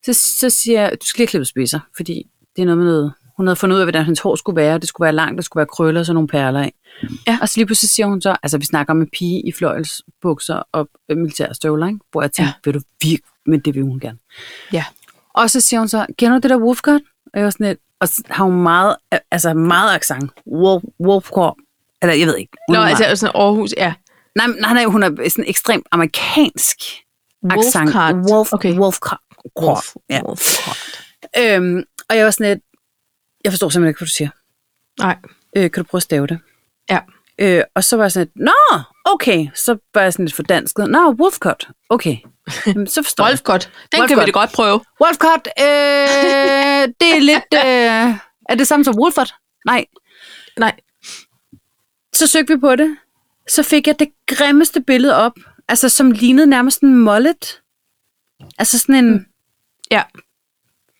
[SPEAKER 2] så, så siger jeg, du skal lige klippe spidser, fordi det er noget med noget. Hun havde fundet ud af, hvordan hendes hår skulle være. Det skulle være langt, der skulle være krøller og sådan nogle perler af.
[SPEAKER 1] Ja.
[SPEAKER 2] Og så lige pludselig siger hun så, altså vi snakker om en pige i fløjelsbukser og øh, militære støvler, ikke? hvor jeg tænkte, ja. vil du virkelig, men det vil hun gerne.
[SPEAKER 1] Ja.
[SPEAKER 2] Og så siger hun så, kender du det der wolfcut? Og jeg var sådan lidt, og så har hun meget, altså meget accent. Wolf, wolfcut. Eller jeg ved ikke. Hun
[SPEAKER 1] Nå,
[SPEAKER 2] er meget-
[SPEAKER 1] altså sådan Aarhus, ja.
[SPEAKER 2] Nej, men- nej, nej, hun er sådan ekstremt amerikansk accent.
[SPEAKER 1] Wolfcard.
[SPEAKER 2] Wolf,
[SPEAKER 1] Okay.
[SPEAKER 2] wolf, wolf, ja. Øhm, og jeg var sådan lidt, jeg forstår simpelthen ikke, hvad du siger.
[SPEAKER 1] Nej,
[SPEAKER 2] Øh, kan du prøve at stave det?
[SPEAKER 1] ja.
[SPEAKER 2] Øh, og så var jeg sådan lidt, nå, okay. Så var jeg sådan lidt fordansket. Nå, wolfcut. Okay. Jamen, så [LAUGHS] forstår jeg.
[SPEAKER 1] Wolfcott. Den
[SPEAKER 2] Wolfcott.
[SPEAKER 1] kan vi da godt prøve.
[SPEAKER 2] Wolfcut, øh, det er lidt... Øh, er det samme som Wolfert? Nej.
[SPEAKER 1] Nej,
[SPEAKER 2] Så søgte vi på det. Så fik jeg det grimmeste billede op. Altså, som lignede nærmest en mollet. Altså sådan en...
[SPEAKER 1] ja.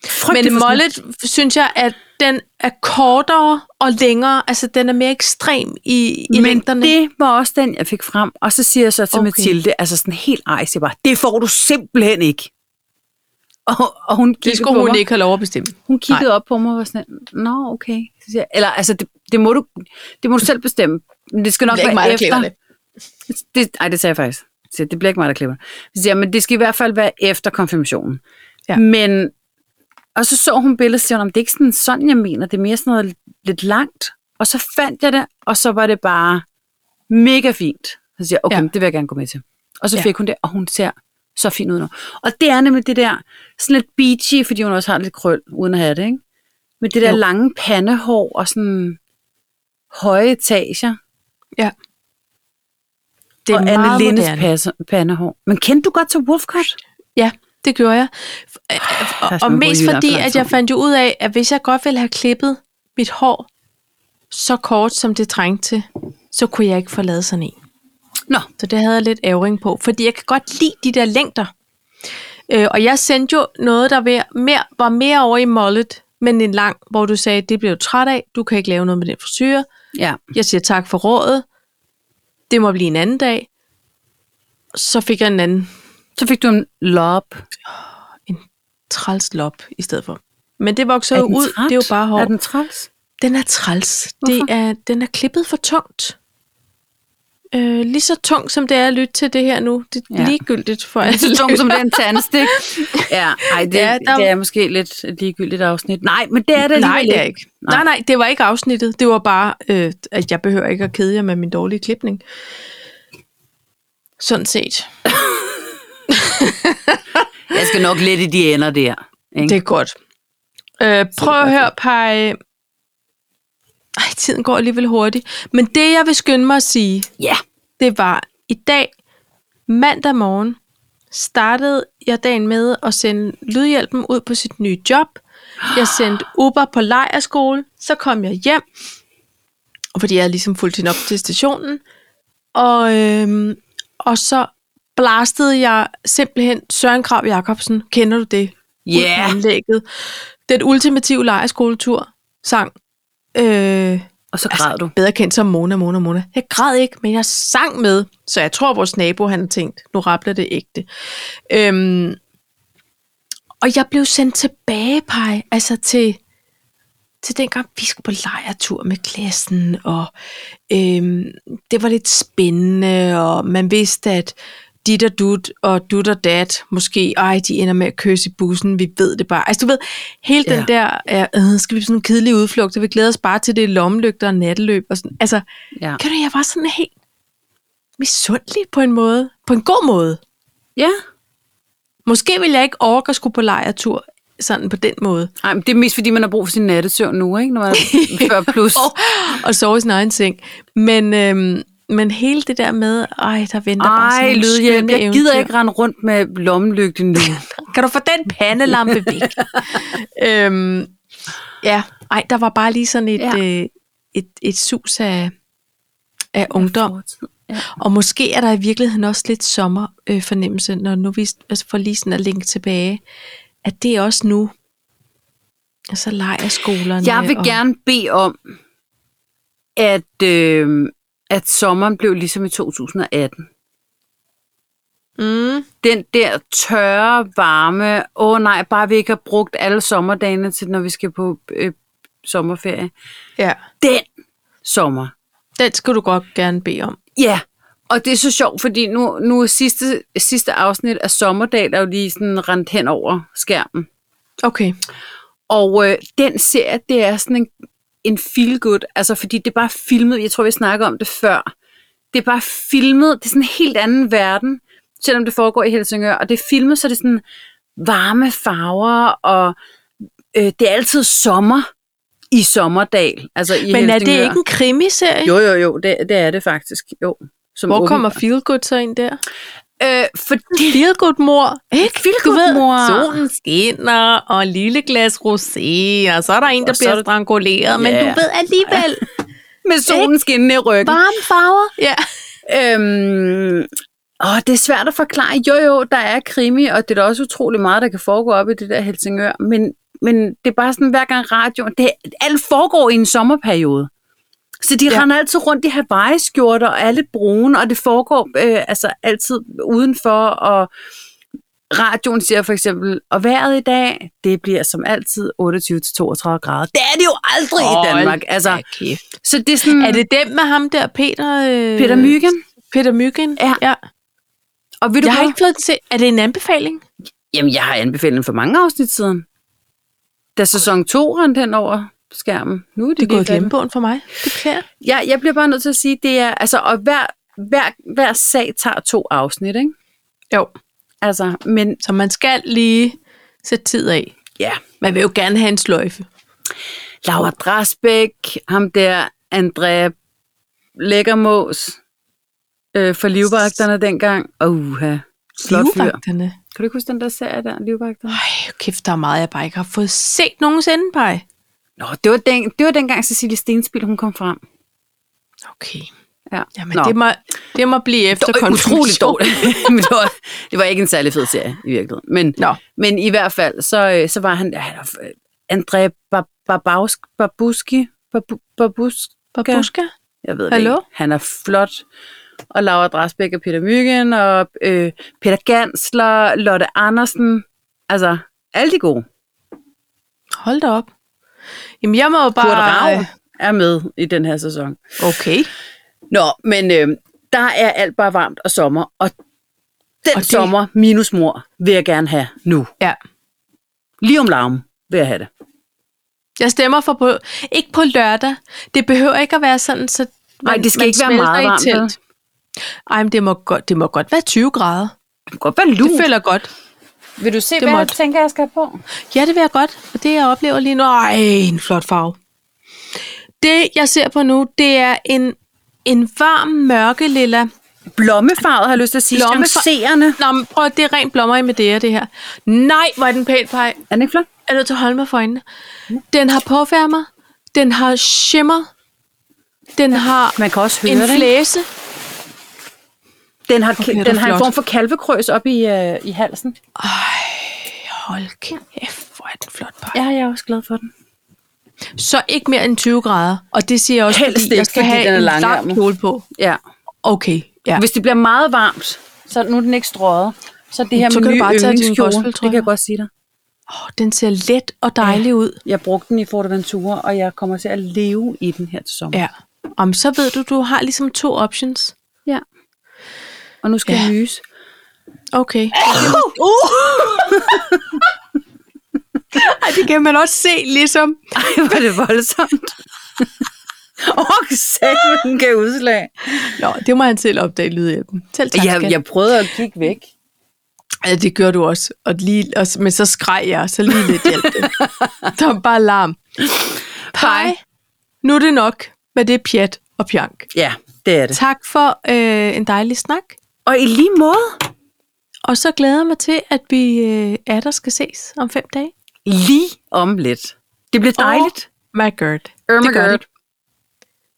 [SPEAKER 2] frygtelig
[SPEAKER 1] Men
[SPEAKER 2] for sådan-
[SPEAKER 1] mollet, synes jeg, at den er kortere og længere. Altså, den er mere ekstrem i, i
[SPEAKER 2] Men
[SPEAKER 1] længderne.
[SPEAKER 2] det var også den, jeg fik frem. Og så siger jeg så til okay.
[SPEAKER 1] Okay.
[SPEAKER 2] Mathilde, altså sådan helt ej, siger jeg bare, det får du simpelthen ikke. Og, og hun kiggede
[SPEAKER 1] det skulle
[SPEAKER 2] på
[SPEAKER 1] hun
[SPEAKER 2] mig.
[SPEAKER 1] ikke have lov at bestemme.
[SPEAKER 2] Hun kiggede Nej. op på mig og var sådan, nå, okay. Så siger jeg, eller altså, det, det, må du, det må du selv bestemme. Men det skal nok
[SPEAKER 1] Det er ikke
[SPEAKER 2] være
[SPEAKER 1] mig, der klipper
[SPEAKER 2] efter.
[SPEAKER 1] det.
[SPEAKER 2] Det, ej, det sagde jeg faktisk. Jeg siger, det bliver ikke mig, der klipper. Så siger, jeg, men det skal i hvert fald være efter konfirmationen.
[SPEAKER 1] Ja.
[SPEAKER 2] Men, og så så hun billedet, og siger, hun, "Nå, men det er ikke sådan, sådan, jeg mener. Det er mere sådan noget lidt langt. Og så fandt jeg det, og så var det bare mega fint. Så siger jeg, okay,
[SPEAKER 1] Ja.
[SPEAKER 2] ja. det vil jeg gerne gå med til. Og så
[SPEAKER 1] Ja.
[SPEAKER 2] fik hun det, og hun ser så fin ud nu. Og det er nemlig det der, sådan lidt beachy, fordi hun også har lidt krøl, uden at have det, ikke? Men det der
[SPEAKER 1] Jo.
[SPEAKER 2] jo. lange pandehår og sådan høje etager
[SPEAKER 1] Ja. Det er
[SPEAKER 2] og
[SPEAKER 1] meget
[SPEAKER 2] Anne Lindes
[SPEAKER 1] moderne.
[SPEAKER 2] passe, pandehår. Men kendte du godt til Wolfcut?
[SPEAKER 1] Ja, det gjorde jeg. F- øh, Og,
[SPEAKER 2] Der er
[SPEAKER 1] og
[SPEAKER 2] sådan
[SPEAKER 1] mest
[SPEAKER 2] nogle
[SPEAKER 1] fordi,
[SPEAKER 2] ryger, der er
[SPEAKER 1] at
[SPEAKER 2] for
[SPEAKER 1] jeg fandt jo ud af, at hvis jeg godt ville have klippet mit hår så kort, som det trængte til, så kunne jeg ikke få lavet sådan en.
[SPEAKER 2] Nå,
[SPEAKER 1] Så det havde jeg lidt ævring på, fordi jeg kan godt lide de der længder. Øh, og jeg sendte jo noget, der var mere, var mere over i mollet, men en lang, hvor du sagde, det bliver du træt af, du kan ikke lave noget med den frisyr.
[SPEAKER 2] ja.
[SPEAKER 1] Jeg siger tak for rådet. Det må blive en anden dag. Så fik jeg en anden
[SPEAKER 2] Så fik du en lop.
[SPEAKER 1] træls lop i stedet for. Men det vokser jo ud, det er jo bare hår.
[SPEAKER 2] Er
[SPEAKER 1] den...
[SPEAKER 2] den træls?
[SPEAKER 1] den er træls. Det
[SPEAKER 2] Hvorfor?
[SPEAKER 1] er, den er klippet for tungt. Øh, lige så tungt, som det er at lytte til det her nu. Det er
[SPEAKER 2] Ja.
[SPEAKER 1] ja. ligegyldigt for alle.
[SPEAKER 2] [LAUGHS] Så tung som den tandstik. Ja, ej, det, ja,
[SPEAKER 1] Ja,
[SPEAKER 2] der...
[SPEAKER 1] der-
[SPEAKER 2] det er måske lidt et ligegyldigt afsnit. Nej, men det er det
[SPEAKER 1] Nej,
[SPEAKER 2] alligevel
[SPEAKER 1] det er ikke. Nej. nej, nej, det var ikke afsnittet. Det var bare, øh, at jeg behøver ikke at kede jer med min dårlige klipning. Sådan set.
[SPEAKER 2] Jeg skal nok lidt i de ender der. Ikke?
[SPEAKER 1] Det er godt. Øh, prøv at høre, Paj. Ej, tiden går alligevel hurtigt. Men det, jeg vil skynde mig at sige,
[SPEAKER 2] Ja.
[SPEAKER 1] det var i dag, mandag morgen, startede jeg dagen med at sende lydhjælpen ud på sit nye job. Jeg sendte Uber på lejerskole, så kom jeg hjem, og fordi jeg ligesom fulgte hende op til stationen. Og, øhm, og så blastede jeg simpelthen Søren Krav Jacobsen, kender du det? Ud på
[SPEAKER 2] Ja.
[SPEAKER 1] anlægget. Den ultimative lejerskoletur sang. Øh,
[SPEAKER 2] Og så græd du.
[SPEAKER 1] bedre kendt som Mona, Mona, Mona. Jeg græd ikke, men jeg sang med, så jeg tror, vores nabo han har tænkt, nu rappler det ægte. Øhm, og jeg blev sendt tilbage, Paj, altså til, til dengang, vi skulle på lejertur med klassen, og øhm, det var lidt spændende, og man vidste, at dit og dut og dut og dat, måske, ej, de ender med at kysse i bussen, vi ved det bare. Altså du ved, hele ja. den der, øh, øh, skal vi på sådan en kedelig udflugt, og vi glæder os bare til det er lommelygter og natteløb og sådan. Altså,
[SPEAKER 2] Ja.
[SPEAKER 1] ja. kan du, jeg var sådan helt misundelig på en måde, på en god måde.
[SPEAKER 2] Ja.
[SPEAKER 1] Måske vil jeg ikke orke at skulle på lejretur, sådan på den måde.
[SPEAKER 2] Ej, men det er mest fordi, man har brug for sin nattesøvn nu, ikke? Når [LAUGHS] man er 40 plus.
[SPEAKER 1] Og, og sove i sin egen seng. Men, øhm, men hele det der med, ej, der venter bare sådan
[SPEAKER 2] Ej,
[SPEAKER 1] nogle
[SPEAKER 2] lydhjælp.
[SPEAKER 1] skønne
[SPEAKER 2] Jeg gider
[SPEAKER 1] eventyr.
[SPEAKER 2] ikke rende rundt med lommelygte [LAUGHS] nu.
[SPEAKER 1] Kan du få den pandelampe væk? [LAUGHS] øhm, ja, ej, der var bare lige sådan et,
[SPEAKER 2] Ja.
[SPEAKER 1] ja. øh, et, et sus af, af ungdom.
[SPEAKER 2] Ja.
[SPEAKER 1] Og måske er der i virkeligheden også lidt sommerfornemmelse, øh, fornemmelse, når nu vi altså får lige sådan at linke tilbage, at det er også nu. Og så leger skolerne.
[SPEAKER 2] Jeg vil
[SPEAKER 1] og,
[SPEAKER 2] gerne bede om, at, øh, at sommeren blev ligesom i 2018.
[SPEAKER 1] Mm,
[SPEAKER 2] Den der tørre, varme, åh oh nej, bare vi ikke har brugt alle sommerdagene til, når vi skal på øh, sommerferie.
[SPEAKER 1] ja,
[SPEAKER 2] Den sommer.
[SPEAKER 1] den skulle du godt gerne bede om.
[SPEAKER 2] Ja, og det er så sjovt, fordi nu, nu er sidste, sidste afsnit af Sommerdal er jo lige sådan rent hen over skærmen.
[SPEAKER 1] Okay.
[SPEAKER 2] Og øh, den serie, det er sådan en, en feel good, altså fordi det er bare filmet, jeg tror, vi snakker om det før. Det er bare filmet, det er sådan en helt anden verden, selvom det foregår i Helsingør, og det er filmet, så det er sådan varme farver, og øh, det er altid sommer i Sommerdal, altså i
[SPEAKER 1] Men er det
[SPEAKER 2] Helsingør.
[SPEAKER 1] ikke en krimiserie?
[SPEAKER 2] Jo, jo, jo, det, det er det faktisk, jo. Som
[SPEAKER 1] Hvor
[SPEAKER 2] åben-
[SPEAKER 1] kommer Feelgood så ind [LAUGHS] der?
[SPEAKER 2] Øh, fordi
[SPEAKER 1] Feelgood mor. Ikke?
[SPEAKER 2] Feel
[SPEAKER 1] Du
[SPEAKER 2] good,
[SPEAKER 1] ved,
[SPEAKER 2] mor.
[SPEAKER 1] solen skinner, og en lille glas rosé, og så er der en, der
[SPEAKER 2] Og så er
[SPEAKER 1] bliver
[SPEAKER 2] der-
[SPEAKER 1] stranguleret, men
[SPEAKER 2] Ja.
[SPEAKER 1] du ved alligevel,
[SPEAKER 2] [LAUGHS] med solen skinnende i ryggen.
[SPEAKER 1] varme farver. Ja.
[SPEAKER 2] Øhm, åh, det er svært at forklare. Jo, jo, der er krimi, og det er da også utrolig meget, der kan foregå op i det der Helsingør. Men, men det er bare sådan, hver gang radioen... Det, alt foregår i en sommerperiode. Så de ja.
[SPEAKER 1] Ja.
[SPEAKER 2] render altid rundt i Hawaii-skjorter, og er lidt brune, og det foregår øh, altså altid udenfor, og radioen siger for eksempel, og vejret i dag, det bliver som altid 28-32 grader. Det er det jo aldrig oh, i
[SPEAKER 1] Hold
[SPEAKER 2] Danmark. Altså,
[SPEAKER 1] da kæft.
[SPEAKER 2] så det er sådan...
[SPEAKER 1] Er det den med ham der, Mm. Peter... Øh,
[SPEAKER 2] Peter Myggen?
[SPEAKER 1] Peter Myggen?
[SPEAKER 2] Ja.
[SPEAKER 1] ja.
[SPEAKER 2] Og vil du
[SPEAKER 1] Jeg har
[SPEAKER 2] hvad?
[SPEAKER 1] ikke fået den til. Er det en anbefaling?
[SPEAKER 2] Jamen, jeg har anbefalet den for mange afsnit siden. Da sæson 2 rendte hen over skærmen. Nu er det,
[SPEAKER 1] Det er gået i
[SPEAKER 2] glemme.
[SPEAKER 1] glemmebogen for mig. Det beklager.
[SPEAKER 2] Jeg, jeg bliver bare nødt til at sige, det er, altså, og hver, hver, hver sag tager to afsnit, ikke?
[SPEAKER 1] Jo,
[SPEAKER 2] Altså, men
[SPEAKER 1] så man skal lige sætte tid af.
[SPEAKER 2] ja,
[SPEAKER 1] Man vil jo gerne have en sløjfe.
[SPEAKER 2] Laura Drasbæk, ham der, Andrea Lækkermås, øh, for livvagterne dengang. Og uha, flot fyr.
[SPEAKER 1] Livvagterne.
[SPEAKER 2] Kan du ikke huske den der serie der, livvagterne?
[SPEAKER 1] Ej, kæft, der er meget, jeg bare ikke har fået set nogensinde, Paj.
[SPEAKER 2] Nå, det var, den, det var dengang Cecilie Stenspil, hun kom frem.
[SPEAKER 1] Okay.
[SPEAKER 2] Ja.
[SPEAKER 1] Jamen, det må, det må blive efter
[SPEAKER 2] Det var
[SPEAKER 1] konfirmation.
[SPEAKER 2] utroligt dårligt. [LAUGHS] Men det, var, det var ikke en særlig fed serie i virkeligheden. Men,
[SPEAKER 1] Nå.
[SPEAKER 2] men i hvert fald, så, øh, så var han... Ja, han var, øh, André Ba- Babausk, Babuski, Babu, Babusk,
[SPEAKER 1] Babuska?
[SPEAKER 2] jeg ved det
[SPEAKER 1] Hallo?
[SPEAKER 2] ikke. Han er flot. Og Laura Drasbæk og Peter Myggen, og øh, Peter Gansler, Lotte Andersen. Altså, alle de gode.
[SPEAKER 1] Hold da op. Jamen, jeg må jo
[SPEAKER 2] Kurt
[SPEAKER 1] bare...
[SPEAKER 2] Rav er med i den her sæson.
[SPEAKER 1] Okay.
[SPEAKER 2] Nå, men øh, der er alt bare varmt og sommer, og den og
[SPEAKER 1] Og
[SPEAKER 2] det...
[SPEAKER 1] det-
[SPEAKER 2] sommer minus mor vil jeg gerne have nu.
[SPEAKER 1] Ja.
[SPEAKER 2] Lige om larmen vil jeg have det.
[SPEAKER 1] Jeg stemmer for på... Ikke på lørdag. Det behøver ikke at være sådan, så... man-
[SPEAKER 2] Nej, det skal
[SPEAKER 1] man
[SPEAKER 2] ikke være
[SPEAKER 1] smelter
[SPEAKER 2] meget
[SPEAKER 1] i
[SPEAKER 2] varmt,
[SPEAKER 1] telt. Ej, men det må, godt, det må godt være 20 grader.
[SPEAKER 2] Det kan godt være
[SPEAKER 1] Det
[SPEAKER 2] lunt.
[SPEAKER 1] føler jeg godt.
[SPEAKER 2] Vil du se,
[SPEAKER 1] det måtte.
[SPEAKER 2] tænker, jeg skal have på?
[SPEAKER 1] Ja, det vil jeg godt. Og det, jeg oplever lige nu... Ej, en flot farve. Det, jeg ser på nu, det er en, en varm, mørke lilla...
[SPEAKER 2] Blommefarvet har jeg lyst til at sige.
[SPEAKER 1] Blommefarvet.
[SPEAKER 2] Chancerende.
[SPEAKER 1] Nå, men prøv at- det er rent blommer i Medea, det her. Nej, hvor er den pæn pej.
[SPEAKER 2] Er den ikke flot?
[SPEAKER 1] Jeg er nødt til at holde mig for øjnene. Den har påfærmer, den har shimmer, den har
[SPEAKER 2] Man kan også høre
[SPEAKER 1] en
[SPEAKER 2] det. ikke?
[SPEAKER 1] flæse.
[SPEAKER 2] Den har,
[SPEAKER 1] er
[SPEAKER 2] den
[SPEAKER 1] det
[SPEAKER 2] har en
[SPEAKER 1] flot.
[SPEAKER 2] form for kalvekrøs op i, øh, i halsen.
[SPEAKER 1] Hold kæft, hvor er den flot pej.
[SPEAKER 2] Ja, jeg er også glad for den.
[SPEAKER 1] Så ikke mere end 20 grader. Og det siger jeg også,
[SPEAKER 2] Helst
[SPEAKER 1] fordi jeg
[SPEAKER 2] ikke,
[SPEAKER 1] skal
[SPEAKER 2] fordi
[SPEAKER 1] have
[SPEAKER 2] den er
[SPEAKER 1] en lang
[SPEAKER 2] langærmet.
[SPEAKER 1] kjole på.
[SPEAKER 2] Ja.
[SPEAKER 1] Okay, ja.
[SPEAKER 2] Hvis det bliver meget varmt, så nu er den ikke strøget. Så det her
[SPEAKER 1] Så
[SPEAKER 2] med
[SPEAKER 1] kan du
[SPEAKER 2] nye
[SPEAKER 1] bare tage din
[SPEAKER 2] yndlingskjole, det
[SPEAKER 1] gospeltrøje.
[SPEAKER 2] kan jeg godt sige dig.
[SPEAKER 1] Oh, den ser let og dejlig ud.
[SPEAKER 2] Jeg brugte den i Fort Ventura, og jeg kommer til at leve i den her til sommer.
[SPEAKER 1] Ja. Om så ved du, du har ligesom to options.
[SPEAKER 2] Ja. Og nu skal ja.
[SPEAKER 1] Ja.
[SPEAKER 2] jeg nyse.
[SPEAKER 1] Okay. Uh! [LAUGHS] Ej, det kan man også se, ligesom.
[SPEAKER 2] Ej, hvor er det voldsomt. [LAUGHS] Åh, sæt, den gav udslag.
[SPEAKER 1] Nå, det må han selv opdage lydhjælpen. Selv tak,
[SPEAKER 2] Jeg,
[SPEAKER 1] skat.
[SPEAKER 2] jeg prøvede at kigge væk.
[SPEAKER 1] Ja, det gjorde du også. Og lige, og, s- men så skreg jeg, så lige lidt hjalp [LAUGHS] det. Der var bare larm. Hej. Nu er det nok med det pjat og pjank.
[SPEAKER 2] Ja, det er det.
[SPEAKER 1] Tak for øh, en dejlig snak.
[SPEAKER 2] Og i lige måde.
[SPEAKER 1] Og så glæder jeg mig til, at vi øh, er der skal ses om fem dage.
[SPEAKER 2] Lige om lidt. Det bliver dejligt.
[SPEAKER 1] Oh my god.
[SPEAKER 2] Oh,
[SPEAKER 1] det gør det.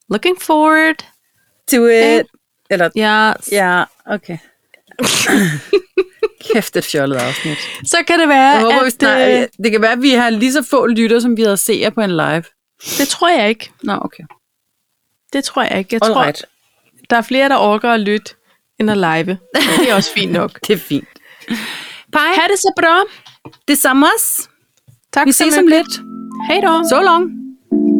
[SPEAKER 1] Looking forward.
[SPEAKER 2] To
[SPEAKER 1] it.
[SPEAKER 2] it. Eller,
[SPEAKER 1] Yes.
[SPEAKER 2] ja, okay. [LAUGHS] Kæft, et fjollet afsnit.
[SPEAKER 1] Så kan det være,
[SPEAKER 2] Jeg håber, vi
[SPEAKER 1] at... øh,
[SPEAKER 2] snart, det kan være, at vi har lige så få lytter, som vi havde seere på en live.
[SPEAKER 1] det tror jeg ikke.
[SPEAKER 2] Nå, okay.
[SPEAKER 1] Det tror jeg ikke. Jeg tror,
[SPEAKER 2] Alright.
[SPEAKER 1] der er flere, der orker at lytte end at live. Men Det er også fint
[SPEAKER 2] [LAUGHS]
[SPEAKER 1] nok.
[SPEAKER 2] Det er fint. Pej,
[SPEAKER 1] Ha' det så bra.
[SPEAKER 2] det samme os.
[SPEAKER 1] Tak
[SPEAKER 2] Vi
[SPEAKER 1] så
[SPEAKER 2] ses om
[SPEAKER 1] mycket.
[SPEAKER 2] lidt.
[SPEAKER 1] Hej då.
[SPEAKER 2] So long.